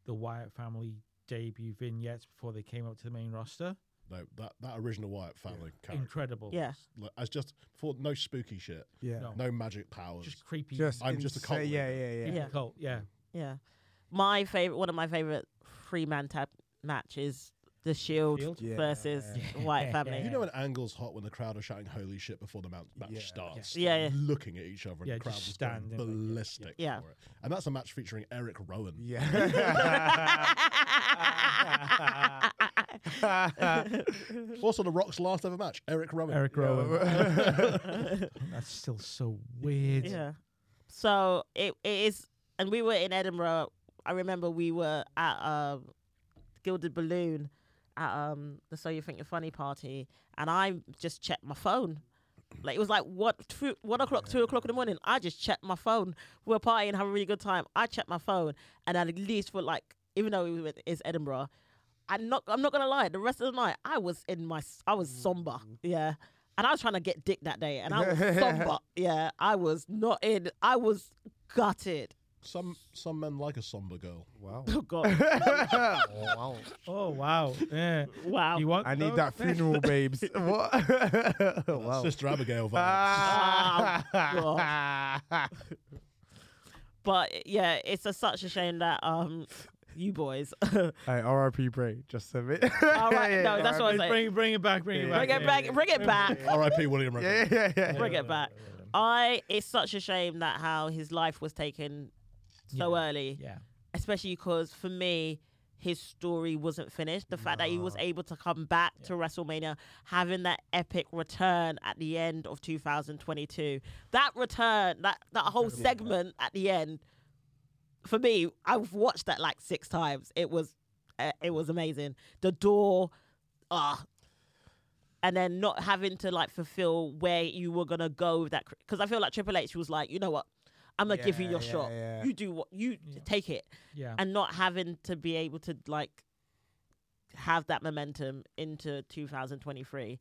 the Wyatt family debut vignettes before they came up to the main roster. No, that that original Wyatt family character, Incredible. Yeah. like, as just for no spooky shit, Yeah. No. no magic powers. Just creepy. Just I'm just a insane- cult Yeah, leader. yeah, yeah. creepy Yeah. cult. Yeah. Yeah. My favorite, one of my favorite three man tag match is the Shield, Shield? Yeah. versus White Family. You know when angles hot when the crowd are shouting "Holy shit" before the mount- match Yeah. starts. Yeah, yeah. looking at each other, and Yeah, the crowd just was going standing, like, yeah, yeah. ballistic Yeah. for it. And that's a match featuring Eric Rowan. Also, The Rock's last ever match, Eric Rowan. Eric Rowan. Yeah. That's still so weird. yeah. So it, it is, and we were in Edinburgh. I remember we were at um, Gilded Balloon at um, the So You Think You're Funny party, and I just checked my phone. Like it was like what two, one o'clock, two o'clock in the morning. I just checked my phone. We were partying, having a really good time. I checked my phone, and at least for like, even though it was- it's Edinburgh, I'm not. I'm not gonna lie. The rest of the night, I was in my. s- I was somber. Mm. Yeah, and I was trying to get dick that day, and I was somber. Yeah, I was not in. I was gutted. Some some men like a somber girl. wow. Oh God! wow. Oh wow. Yeah. Wow. You want I need those? that funeral, babes. what? wow. Sister Abigail vibes. Ah. but yeah, it's a, such a shame that um, you boys. Hey, R.I.P. Bray. Just a bit. All right, no, that's what I was like. Bring, bring it back. Bring it Yeah. back. Bring it yeah, back. yeah. Bring it back. R.I.P. William Regal. Yeah, yeah, yeah. Bring it back. I. It's such a shame that how his life was taken so Yeah. early. Yeah. especially because for me his story wasn't finished the fact that he was able to come back to wrestlemania having that epic return at the end of 2022 that return that that whole segment at the end for me i've watched that like six eh, times it was uh, it was amazing the door ah and then not having to like fulfill where you were gonna go with that because I feel like Triple H was like, you know what, I'm gonna give you Yeah, your yeah, shot. yeah. You do what you Yeah. take it, Yeah. and not having to be able to like have that momentum into 2023.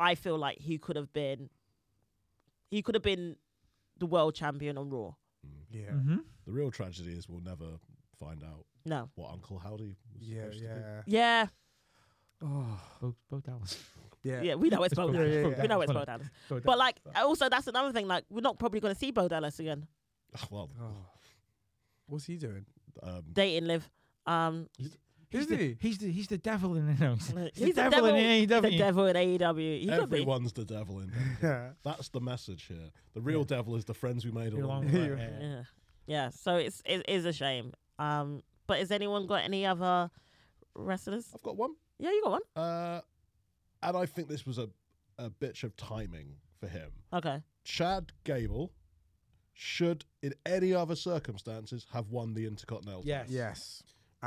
I feel like he could have been, he could have been the world champion on Raw. Yeah. Mm-hmm. The real tragedy is we'll never find out No, what Uncle Howdy was Yeah, supposed to yeah. yeah, Oh, Bo, Bo Dallas. yeah. yeah, we know it's It's Bo Bo Dallas. Dallas. We know Yeah, it's yeah. Bo Dallas. Bo Dallas. But like, also that's another thing. Like, we're not probably gonna see Bo Dallas again. do. Well, Oh. What's he doing? um, Dating live. Um, he's Is the, he? He's the he's the devil in the nose. He's, the devil in E AEW. The devil in AEW. He could be. everyone's the devil in there. Yeah. That's the message here. The real devil is the friends we made You're along long the way. way. Yeah. Yeah. Yeah. So it's it is a shame. Um, but has anyone got any other wrestlers? I've got one. Yeah, you got one. Uh, and I think this was a, a bitch of timing for him. Okay. Chad Gable should, in any other circumstances, have won the Intercontinental. Yes. Yes.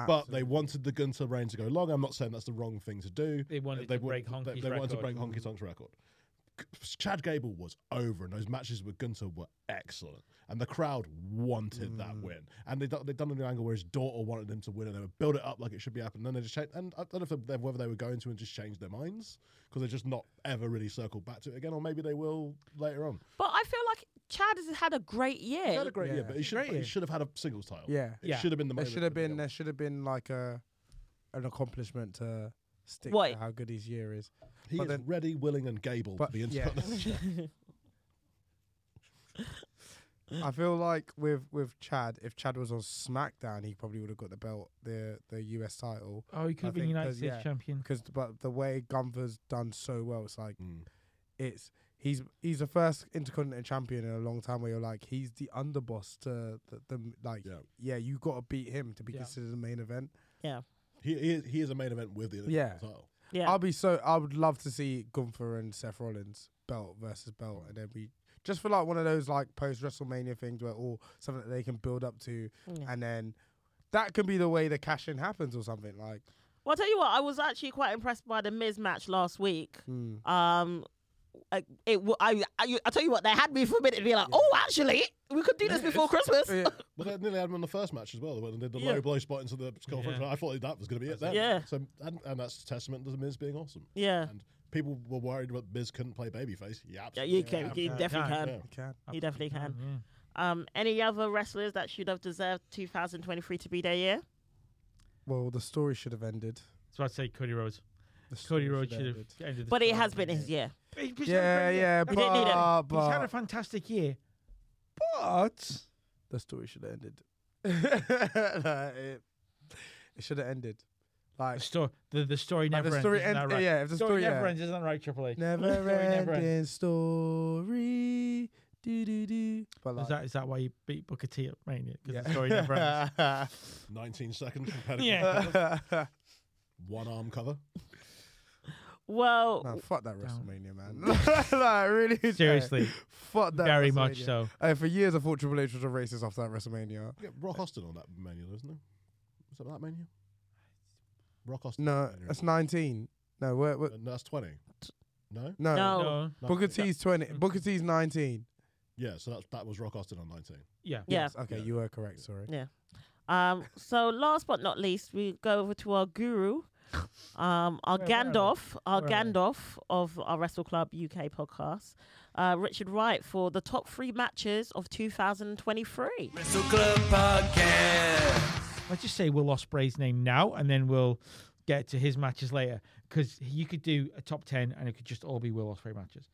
But they wanted the Gunter reign to go long. I'm not saying that's the wrong thing to do. They wanted to wa- break they- Honky's They wanted to record. break Honky Tonk's record. C- Chad Gable was over, and those matches with Gunter were excellent. And the crowd wanted that Mm. win. And they done- they'd done a new angle where his daughter wanted him to win, and they would build it up like it should be happening. And then they just changed. And I don't know if they, whether they were going to and just change their minds because they're just not ever really circled back to it again, or maybe they will later on. But I feel like Chad has had a great year. He had a great year, Yeah. but he should, Great but he year. should have had a singles title. Yeah. It Yeah. should have been the There moment should for have the been belt. there should have been like a an accomplishment to stick What? to how good his year is. He but is then- ready, willing, and Gable to But- be yeah. Intercontinental. I feel like with with Chad, if Chad was on SmackDown, he probably would have got the belt, the the US title. Oh, he could I have been think United 'cause, States yeah. champion. Because but the way Gunther's done so well, it's like Mm. it's he's he's the first intercontinental champion in a long time. Where you're like he's the underboss to the, the like yeah, Yeah. you got to beat him to be Yeah. considered the main event. He, he, is, he is a main event with the Intercontinental Yeah. title. yeah. I'll be so. I would love to see Gunther and Seth Rollins belt versus belt, and then we just for like one of those like post WrestleMania things where all something that they can build up to, Yeah. and then that could be the way the cash in happens or something like. Well, I'll tell you what. I was actually quite impressed by the Miz match last week. Hmm. Um, I- it. w- I. I. you- I'll tell you what. They had me for a minute to be like, oh, actually, we could do this before Christmas. Yeah. Well, they nearly had him on the first match as well. They went and did the Yeah. low blow spot into the skull. Yeah. I thought that was going to be it then. Yeah. So, and, and that's a testament to the Miz being awesome. Yeah. And people were worried about Miz couldn't play babyface. Yeah, Yeah, absolutely. you can. You yeah, definitely yeah. can. Yeah. You can. You definitely can. Oh, Yeah. Um, any other wrestlers that should have deserved 2023 to be their year? Well, the story should have ended. So I'd say Cody Rhodes. The Cody story Rhodes should have ended. ended. the But it story. has been his year. He's been Yeah, celebrating. yeah, We didn't need him. but, He's had a but fantastic year. but the story should have ended. Like, it, it should have ended. The Like story, the, the story Like, never the ends. story isn't that end- right? yeah, if the story- never yeah. ends, isn't that right? Triple H. Never Story never ends. ending story. Do do do. But Is that is that why you beat Booker T at Mania? Because yeah. the story never ends. 19 seconds from Pedigree. Yeah. One arm cover. Well, Oh, Man, fuck that Down. WrestleMania, man. like, really, yeah. Seriously, fuck that. very much WrestleMania. so. Uh, for years, I thought Triple H was a racist after that WrestleMania. Yeah, Rock Austin on that menu, though, isn't there? Was that that menu? Rock Austin. No, that's 19. No, we're, we're, Uh, no, that's 20. No? no. No. No, Booker That- T's 20. Booker T's 19. Yeah, so that's, that was Rock Austin on 19. yeah, Yeah. Yes, Okay, Yeah. you were correct. Sorry. um, so last but not least, we go over to our guru, um, our Where- where are they? Gandalf, our Where are they? Gandalf of our Wrestle Club UK podcast, uh, Richard Wright, for the top three matches of 2023. Wrestle Club Podcast. Let's just say Will Ospreay's name now, and then we'll get to his matches later. Because you could do a top ten, and it could just all be Will Ospreay matches.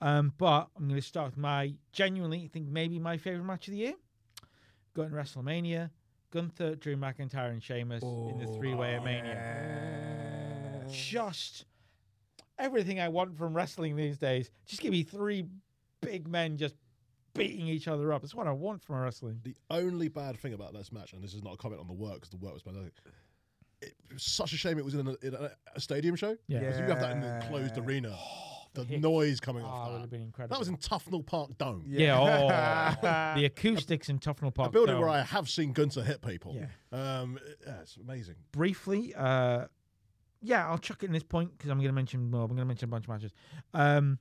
Um, but I'm going to start with my genuinely, I think maybe my favorite match of the year. Got in WrestleMania, Gunther, Drew McIntyre, and Sheamus in the three-way at Mania. just everything I want from wrestling these days. Just give me three big men just beating each other up. It's what I want from wrestling. The only bad thing about this match, and this is not a comment on the work because the work was fantastic. It was such a shame it was in a, in a, a stadium show. Yeah. 'Cause you have that in an enclosed Yeah. arena. the hits. noise coming Oh, off it would that. have been incredible. That was in Tufnell Park Dome. yeah. Oh, the acoustics in Tufnell Park. A building Dome. where I have seen Gunter hit people. Yeah. Um, yeah, it's amazing. briefly, uh, yeah, I'll chuck it in this point because I'm going to mention. Well, I'm going to mention a bunch of matches. Um,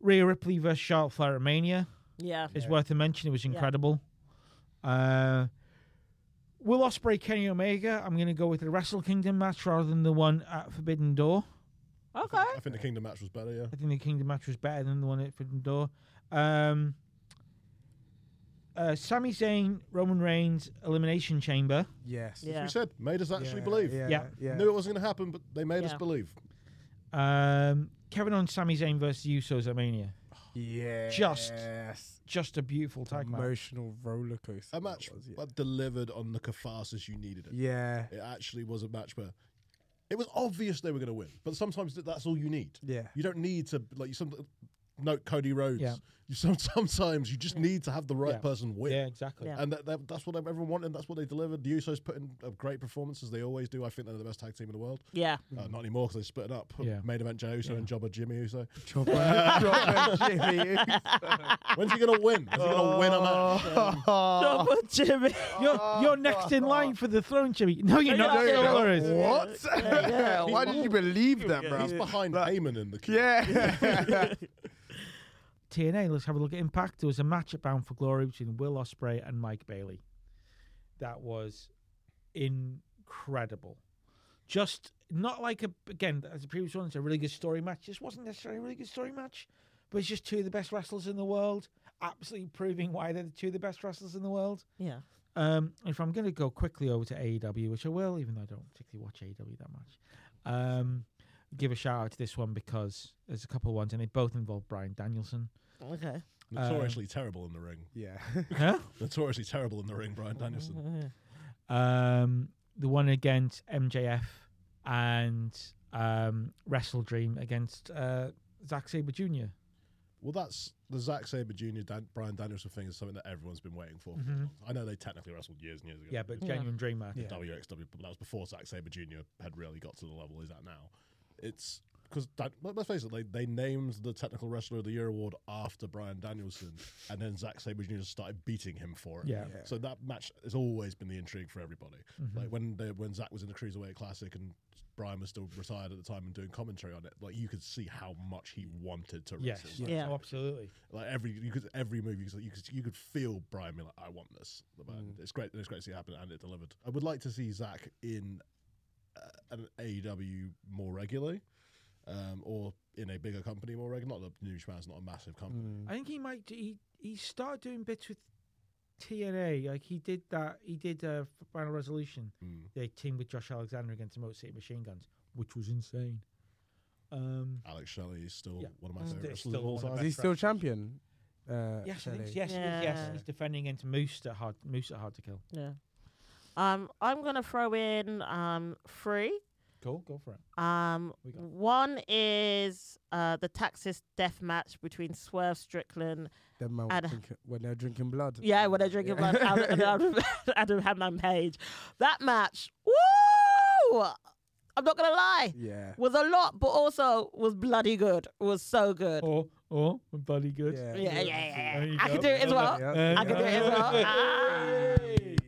Rhea Ripley versus Charlotte Flair at Mania Yeah. is worth a mention. It was Yeah. incredible. Uh, Will Osprey Kenny Omega. I'm going to go with the Wrestle Kingdom match rather than the one at Forbidden Door. Okay. I think the Kingdom match was better, yeah. I think the Kingdom match was better than the one at Forbidden Door. Um, uh, Sami Zayn, Roman Reigns, Elimination Chamber. Yes. Yeah. We said, made us actually Yeah, believe. Yeah. Yeah. yeah. Knew it wasn't going to happen, but they made us Yeah. believe. Um, Kevin Owens, Sami Zayn versus Usos at Mania. Yes. Just Just a beautiful tag match. emotional roller coaster. A that match was, that delivered on the catharsis you needed it. Yeah. It actually was a match where it was obvious they were going to win, but sometimes th- that's all you need. Yeah. You don't need to like you some note Cody Rhodes. Yeah. You some, sometimes you just need to have the right Yeah. person win. Yeah, exactly. Yeah. And that, that, that's what everyone wanted. That's what they delivered. The Usos put in a great performance as they always do. I think they're the best tag team in the world. Yeah. Uh, not anymore because they split it up. Mm. Yeah. Main event Jey Uso and Jobber Jimmy Uso. Jimmy. When's he gonna win? Is he Oh. gonna win a match? Double Jimmy. You're, you're next in line for the throne, Jimmy. No, you're not. you're Don't not. worry. What? Why did you believe that, bro? He's behind Heyman in the queue. Yeah. TNA, let's have a look at Impact. There was a match at Bound for Glory between Will Ospreay and Mike Bailey. That was incredible. Just not like a again as the previous one, it's a really good story match. This wasn't necessarily a really good story match, but it's just two of the best wrestlers in the world, absolutely proving why they're the two of the best wrestlers in the world. Yeah. Um, if I'm going to go quickly over to AEW, which I will, even though I don't particularly watch AEW that much, um, give a shout out to this one because there's a couple of ones and they both involve Brian Danielson. Okay. Notoriously terrible in the ring. yeah. Huh? Notoriously terrible in the ring, Brian Danielson. Mm-hmm. um, the one against MJF and um, Wrestle Dream against uh, Zack Sabre Jr. Mm-hmm. Well, that's the Zack Sabre Jr. Dan- Brian Danielson thing is something that everyone's been waiting for. for a long time. I know they technically wrestled years and years ago. Mm-hmm. Yeah, but Yeah. genuine dream match. Yeah. WXW, but that was before Zack Sabre Jr. had really got to the level he's at now. It's because let's face it, they, they named the Technical Wrestler of the Year award after Brian Danielson, and then Zack Sabre Jr. started beating him for it. Yeah. Yeah. So that match has always been the intrigue for everybody. Mm-hmm. Like when they, when Zack was in the Cruiserweight Classic and Brian was still retired at the time and doing commentary on it, like you could see how much he wanted to Yes. wrestle. Zack Yeah. Oh, absolutely. like every you could every movie you could you could, you could feel Brian being like I want this. And Mm. It's great. It's great to see it happen, and it delivered. I would like to see Zach in uh, an AEW more regularly, um, or in a bigger company more regularly. Not that New Japan's not a massive company. I think he might. Do, he he started doing bits with TNA. Like he did that. He did uh, Final Resolution. Mm. They teamed with Josh Alexander against the Motor City Machine Guns, which was insane. Um, Alex Shelley is still Yeah. one of my Mm. favorite It's wrestlers of still all one of time. Is he still champion? Uh, yes, I think, Shelley? yes, he is, yes. Yeah. He's defending against Moose at hard Moose at hard to kill. Yeah. Um, I'm gonna throw in um three. Cool, go for it. Um, We got- one is uh the Texas death match between Swerve Strickland. Them man Ad- drink, when they're drinking blood. Yeah, when they're drinking blood, Adam, Adam, Adam Hamman Page. That match, woo! I'm not gonna lie, yeah. was a lot, but also was bloody good. Was so good. Or or bloody good. Yeah. Yeah, yeah, yeah. Oh, yeah. There you I go. can do it as well. Yeah. Uh, I can do it as well. Ah.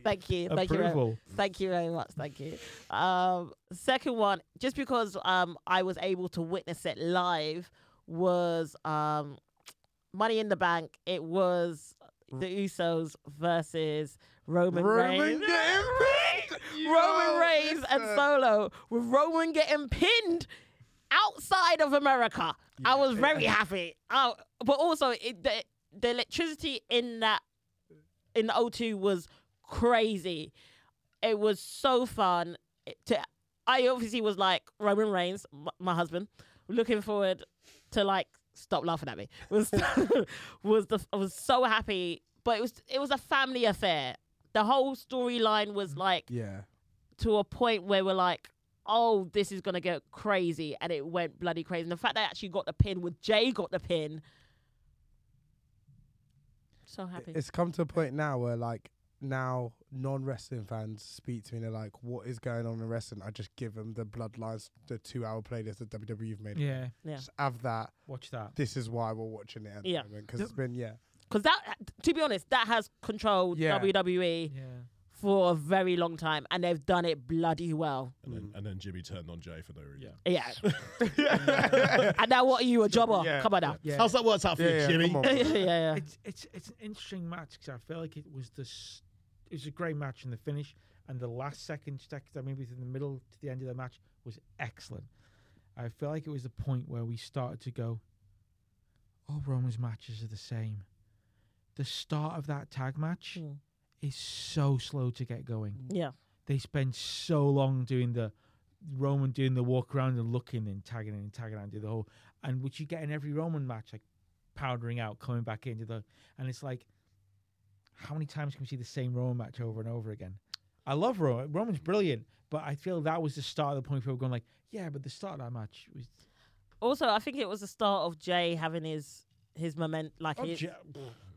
Thank you, thank you. Very, Approval. thank you very much. Thank you. Um, second one, just because um I was able to witness it live, was um Money in the Bank. It was the Usos versus Roman, Roman Reigns. getting pinned! Roman Yo, Reigns and listen. Solo with Roman getting pinned outside of America. I was very happy. Oh, but also it, the the electricity in that in the O2 was crazy. It was so fun. It- to, I obviously was like Roman Reigns, m- my husband, looking forward to like stop laughing at me. Was was the I was so happy, but it was it was a family affair. The whole storyline was like Yeah. to a point where we're like, oh, this is gonna get crazy, and it went bloody crazy. And the fact they actually got the pin, with Jay got the pin, so happy. It's come to a point now where like now non wrestling fans speak to me and they're like, "What is going on in wrestling?" I just give them the bloodlines, the two hour playlist that WWE have made. Yeah, Yeah. Just have that. watch that. This is why we're watching it. At Yeah. yeah. Because it's been yeah. Because that, to be honest, that has controlled Yeah. WWE Yeah. for a very long time, and they've done it bloody well. And then, and then Jimmy turned on Jay for no reason. Yeah. and now what are you, a jobber? Yeah, Come on now. Yeah. How's that worked out for you, Yeah, yeah, Jimmy? come on. Yeah, yeah, yeah. It's it's it's an interesting match because I feel like it was the s it was a great match in the finish and the last second stack that maybe in the middle to the end of the match was excellent. I feel like it was the point where we started to go. All Roman's matches are the same. The start of that tag match Mm. is so slow to get going. Yeah. They spend so long doing the Roman doing the walk around and looking and tagging in and tagging out and do the whole and which you get in every Roman match, like powdering out, coming back into the and it's like how many times can we see the same Roman match over and over again? I love Roman. Roman's brilliant, but I feel that was the start of the point where we're going like, yeah, but the start of that match was Also, I think it was the start of Jay having his his moment, like oh, his, Jay.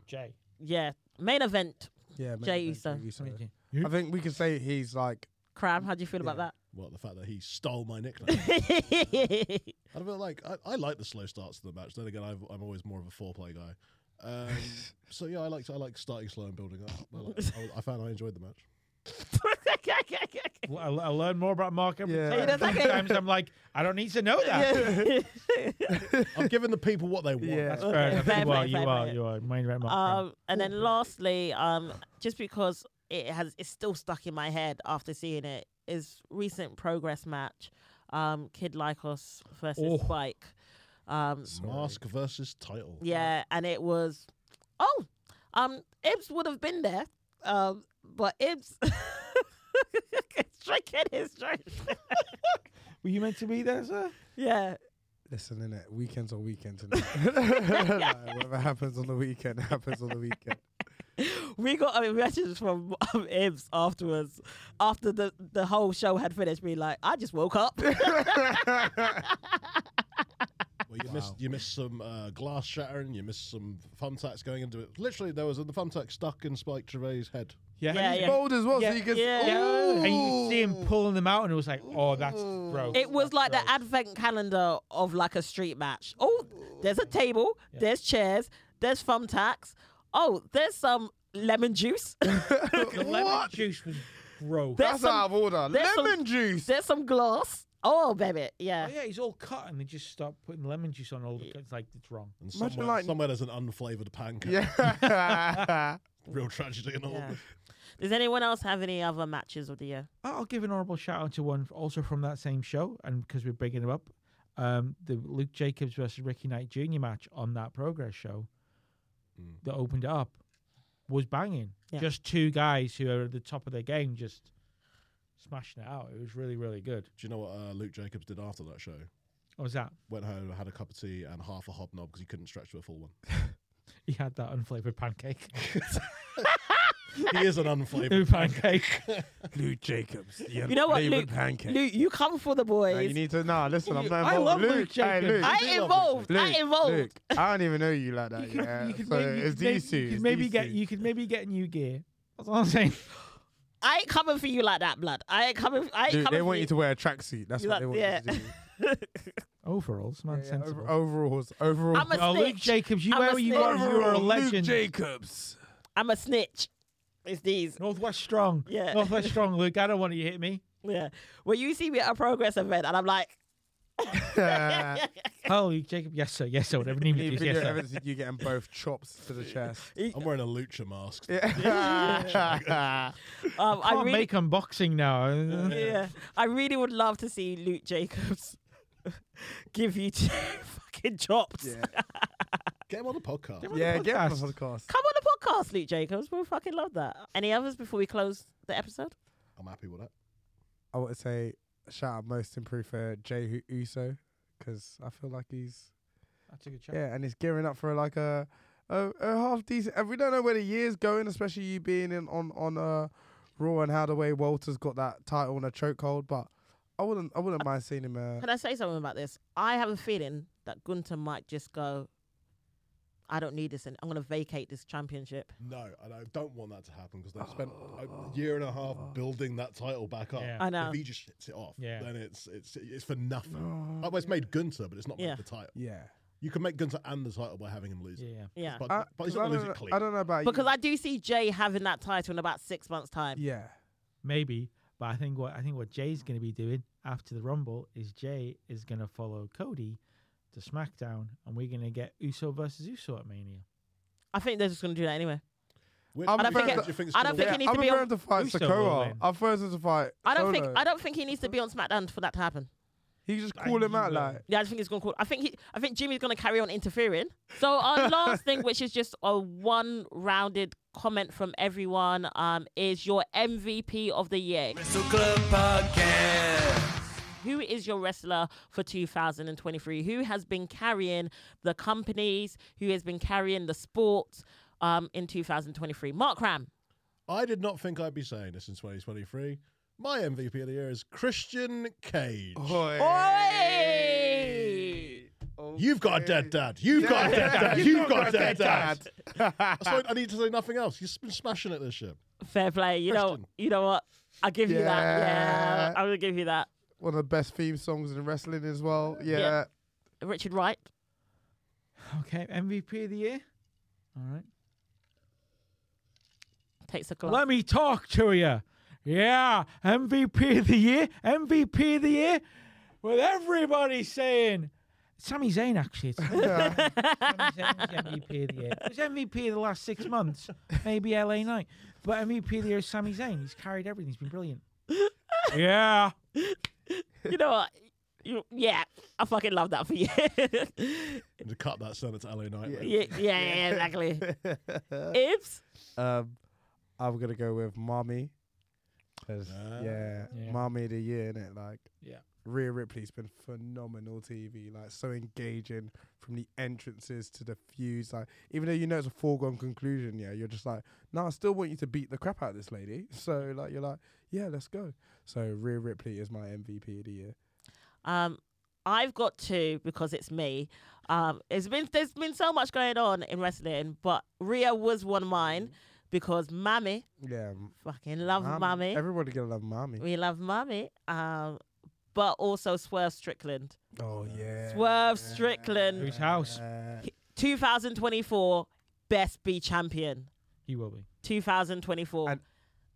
Jay. yeah, main event. Yeah, mate, Jay thank Uso. you, Uso. Jay. I think we can say he's like Cram, how do you feel Yeah. about Well, the fact that he stole my nickname. that? I don't know, like I, I like the slow starts to the match. Then again, I've, I'm always more of a foreplay guy. Um, so yeah, I like I like starting slow and building up. I, like, I, I found I enjoyed the match. Well, I, I learned more about Mark every Yeah. time. Hey, that's okay. Sometimes I'm like, I don't need to know that. I'm giving the people what they want. Yeah. That's fair enough. Fair you are, play, you fair are, play. you are. Mind right, Mark. um, and then lastly, um, just because it has, it's still stuck in my head after seeing it. Is recent progress match, um, Kid Lycos versus Oh. Spike. Um, Mask versus title. Yeah, and it was oh, um, Ibs would have been there, um, but Ibs drinking his drink. Were you meant to be there, sir? yeah, listen in it. Weekends are weekends. innit? like, whatever happens on the weekend happens on the weekend. we got a message from um, Ibs afterwards, after the the whole show had finished. Me like, I just woke up. Well, you missed you missed some uh, glass shattering. You missed some thumbtacks going into it. Literally, there was a thumbtack stuck in Spike Gervais' head. Yeah, He's yeah. bold as well, Yeah, so you can. yeah. Ooh. And you could see him pulling them out, and it was like, oh, that's gross. It was That's like the gross. advent calendar of like a street match. Oh, there's a table, there's chairs, there's thumbtacks. Oh, there's some lemon juice. The lemon juice was gross. There's That's some- out of order. there's some- Lemon juice. there's some glass. Oh, baby, Oh, yeah. yeah, he's all cut, and they just stop putting lemon juice on all the. It's like it's wrong. And Imagine somewhere, like- somewhere there's an unflavoured pancake. Yeah. Real tragedy and all. Yeah. Does anyone else have any other matches of the year? I- I'll give an honourable shout out to one f- also from that same show, and because we're bringing him up, um, the Luke Jacobs versus Ricky Knight Jr. match on that Progress show that opened it up was banging. Yeah. Just two guys who are at the top of their game, just smashing it out. It was really, really good. Do you know what uh, Luke Jacobs did after that show? What was that? Went home, had a cup of tea, and half a hobnob because he couldn't stretch to a full one. He had that unflavoured pancake. he is an unflavoured. New pancake. Lou Jacobs. You know what, David Luke? Pancake. Luke, you come for the boys. Nah, you need to nah. Listen, I'm not I involved. love Luke. Luke Hey, Jacobs. Luke. I do love involved. I Luke, involved. Luke, I don't even know you like that. You could- yeah. you could so maybe- you it's could maybe- these two. You it's could maybe these get two. you could maybe get new gear. That's all I'm saying. I ain't coming for you like that, blood. I ain't coming. I ain't Dude, coming they for want you to wear a tracksuit. That's You what they like- want yeah. you to do. Overalls, man, Yeah, sensible. over- overalls. Overalls. I'm a Oh, Luke snitch. Jacobs, you I'm wear a what you snitch. want. You are a legend. Jacobs. I'm a snitch. It's these. Northwest strong. Yeah. Northwest strong, Luke. I don't want you to hit me. Yeah. When you see me at a progress event, and I'm like, Yeah. Oh, Luke Jacob. Yes, sir. Yes, sir. Whatever name you Even do. Yes, you're sir. evidence- you're getting both chops to the chest. I'm wearing a lucha mask. Yeah. um, I Can't really, make unboxing now. yeah, I really would love to see Luke Jacobs give you two fucking chops. yeah. Get him on the podcast. Yeah, get on the podcast. podcast. Come on the podcast, Luke Jacobs. We'll fucking love that. Any others before we close the episode? I'm happy with that. I want to say shout out most improved for Jay Hu- Uso because I feel like he's That's a good shout. yeah, and he's gearing up for like a a, a half decent. And we don't know where the year's going, especially you being in on on uh, Raw and how the way Walter's got that title and a chokehold. But I wouldn't I wouldn't mind seeing him. Uh, Can I say something about this? I have a feeling that Gunter might just go, I don't need this, and I'm going to vacate this championship. No, and I don't want that to happen because they've spent a year and a half building that title back up. Yeah. I know. If he just shits it off, Yeah. then it's it's it's for nothing. Like, well, it's made Gunter, but it's not Yeah. made the title. yeah, You can make Gunter and the title by having him lose. it. Yeah. Yeah. But, I, but he's 'cause Uh, I not going to don't lose know, it I clean. don't know about you. Because I do see Jay having that title in about six months' time. yeah, maybe. But I think what I think what Jay's going to be doing after the Rumble is Jay is going to follow Cody to SmackDown, and we're going to get Uso versus Uso at Mania. I think they're just going to do that anyway. Which I'm one prepared do to- you think is I don't gonna think win? he needs I'm to be preparing on- to fight Uso will Sakoa. win. I'm preparing to fight. I don't Solo. think I don't think he needs to be on SmackDown for that to happen. He just I call him think out he will. like. Yeah, I just think it's gonna call. I think he, I think Jimmy's gonna carry on interfering. So our last thing, which is just a one-rounded comment from everyone, um, is your MVP of the year. Wrestle Club Podcast. Who is your wrestler for 2023? Who has been carrying the companies? Who has been carrying the sports um, in 2023? Mark Ram. I did not think I'd be saying this in 2023. My MVP of the year is Christian Cage. Oh, Oi! You've got a dead dad. You've got a dead dad. You've got a dead dad. dad. That's why I need to say nothing else. You've been smashing it this year. Fair play. You know, Christian. you know what? I'll give you that. Yeah, Yeah. I will give you that. One of the best theme songs in wrestling as well. Yeah. Yeah. Richard Wright. Okay, MVP of the year. All right. takes a glove. Let me talk to you. Yeah, MVP of the year, MVP of the year, with everybody saying Sami Zayn. Actually, it's Sami Zayn's MVP of the year. It was MVP of the last six months, maybe LA Knight, but MVP of the year is Sami Zayn. He's carried everything. He's been brilliant. yeah. you know what? You, yeah, I fucking love that for you. yeah, And to cut that sentence, LA Knight. Yeah. yeah, yeah, exactly. Ibs, um, I'm gonna go with Mommy. 'Cause, Ah. yeah, Yeah. Mommy of the year, innit? Like, Yeah. Rhea Ripley's been phenomenal TV, like so engaging from the entrances to the feuds. Like, even though you know it's a foregone conclusion, yeah, you're just like, no, I still want you to beat the crap out of this lady. So like, you're like, yeah, let's go. So Rhea Ripley is my MVP of the year. um, I've got two because it's me. Um, it's been there's been so much going on in wrestling, but Rhea was one of mine because Mammy Yeah, m- fucking love Mommy. Mammy. Everybody gonna love Mommy. we love Mammy. Um, but also Swerve Strickland. Oh yeah, Swerve Strickland. Whose house? Yeah. 2024 best be champion. He will be. 2024. And-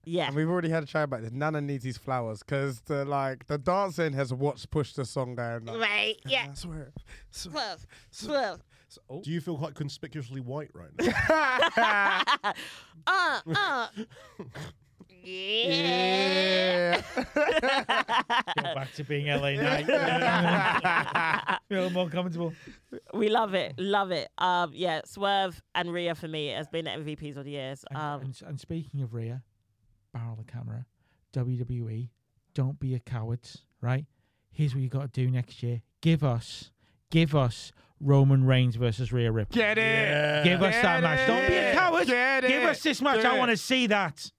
yeah. And we've already had a chat about this. Nana needs these flowers because the like the dancing has what's pushed the song down. Like, Right, yeah. I swear. So, Swerve, so- swerve. so- oh. Do you feel quite conspicuously white right now? uh, uh. yeah. Yeah. Go back to being LA Knight. Feel more comfortable. We love it, love it. Um, yeah, Swerve and Rhea for me has been MVPs of the years. And, Um, and, and speaking of Rhea, barrel the camera, WWE, don't be a coward, right? Here's what you got to do next year. Give us, give us Roman Reigns versus Rhea Ripley. Get it. Give us that Get match. Don't be a it. coward. Get Give it. us this match. Do I it. want to see that.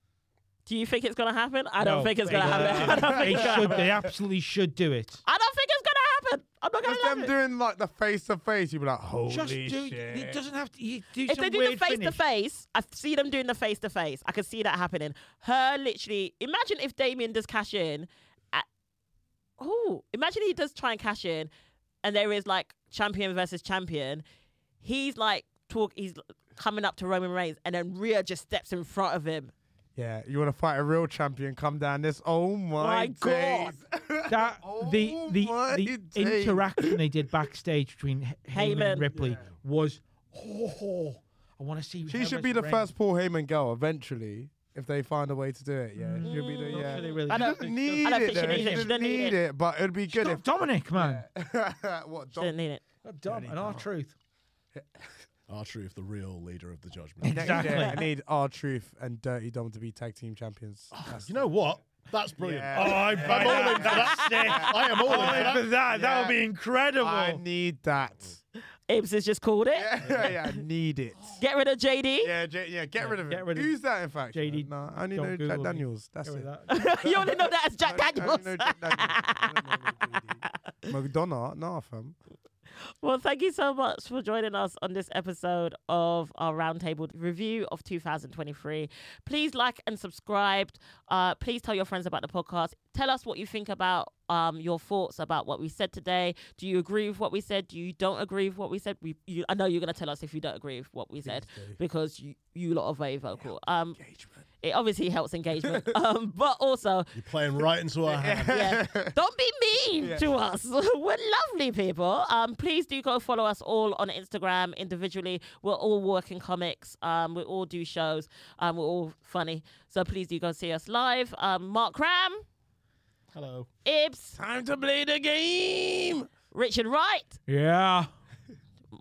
do you think it's gonna happen? I don't No, think it's they gonna don't. happen. I don't think They it's gonna should. happen. They absolutely should do it. I don't think it's gonna happen. I'm not Just gonna them lie. doing like the face to face. You'd be like, holy Just do. shit. It doesn't have to. You do If some they do weird the face to finish. face, I see them doing the face to face. I could see that happening. Her literally. Imagine if Damien does cash in. At, oh, imagine he does try and cash in, and there is like champion versus champion. He's like talk. He's coming up to Roman Reigns, and then Rhea just steps in front of him. yeah, you want to fight a real champion? Come down this. Oh my, My God. days. that the Oh the, my the days. interaction they did backstage between H- Heyman, Heyman. and Ripley was oh, I want to see. She should be the first Paul Heyman girl eventually if they find a way to do it. Yeah, she'll be the Mm. yeah. I She don't doesn't need I don't it. think she though. needs it. She doesn't need need it. it, but it'd be good if. Dominic, man. what? Didn't Dom- need it. Got Dom and our truth. Our truth, Ah, the real leader of the judgment. Next Exactly. year, I need our truth and Dirty Dom to be tag team champions. That's- Oh, you know what? That's brilliant. Yeah. Oh, I'm, I'm all in for that. I am all in for that. that, that would be incredible. I need that. Ibs has just called it. Yeah, yeah, I need it. Get rid of JD. Yeah, J- yeah, get rid of get it. rid of- Who's that? In fact, JD, No, I only don't know Google Jack me. Daniels. That's it. you only know that as Jack I only Daniels. know Jack Daniels. I don't know JD. Madonna, nah, fam. Well, thank you so much for joining us on this episode of our roundtable review of 2023. Please like and subscribe. Uh, please tell your friends about the podcast. Tell us what you think about um, your thoughts about what we said today. Do you agree with what we said? Do you don't agree with what we said? We, you, I know you're going to tell us if you don't agree with what we said because you, you lot are very vocal. Um, Engagement. It obviously helps engagement, um, but also You're playing right into our hand. yeah. Don't be mean to us. We're lovely people. Um, please do go follow us all on Instagram individually. We're all working comics. Um, we all do shows. Um, we're all funny. So please do go see us live. Um, Mark Cram, Hello. Ibs, Time to play the game. Richard Wright. Yeah.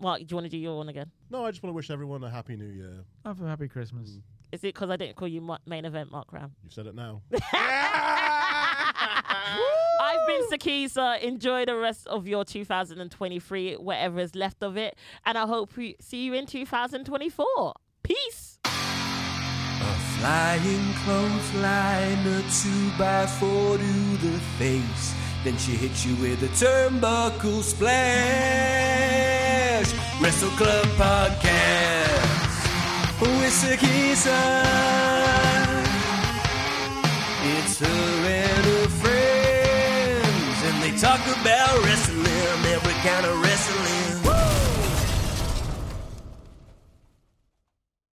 Mark, do you want to do your one again? No, I just want to wish everyone a happy new year. Have a happy Mm. Christmas. Is it because I didn't call you Ma- main event Mark Cram? You've said it now. I've been Sakisa. Enjoy the rest of your 2023, whatever is left of it. And I hope we see you in 2024. Peace. A flying clothesline, a two by four to the face. Then she hits you with a turnbuckle splash. Wrestle Club Podcast with Sakisa. It's her and her friends, and they talk about wrestling, every kind of wrestling.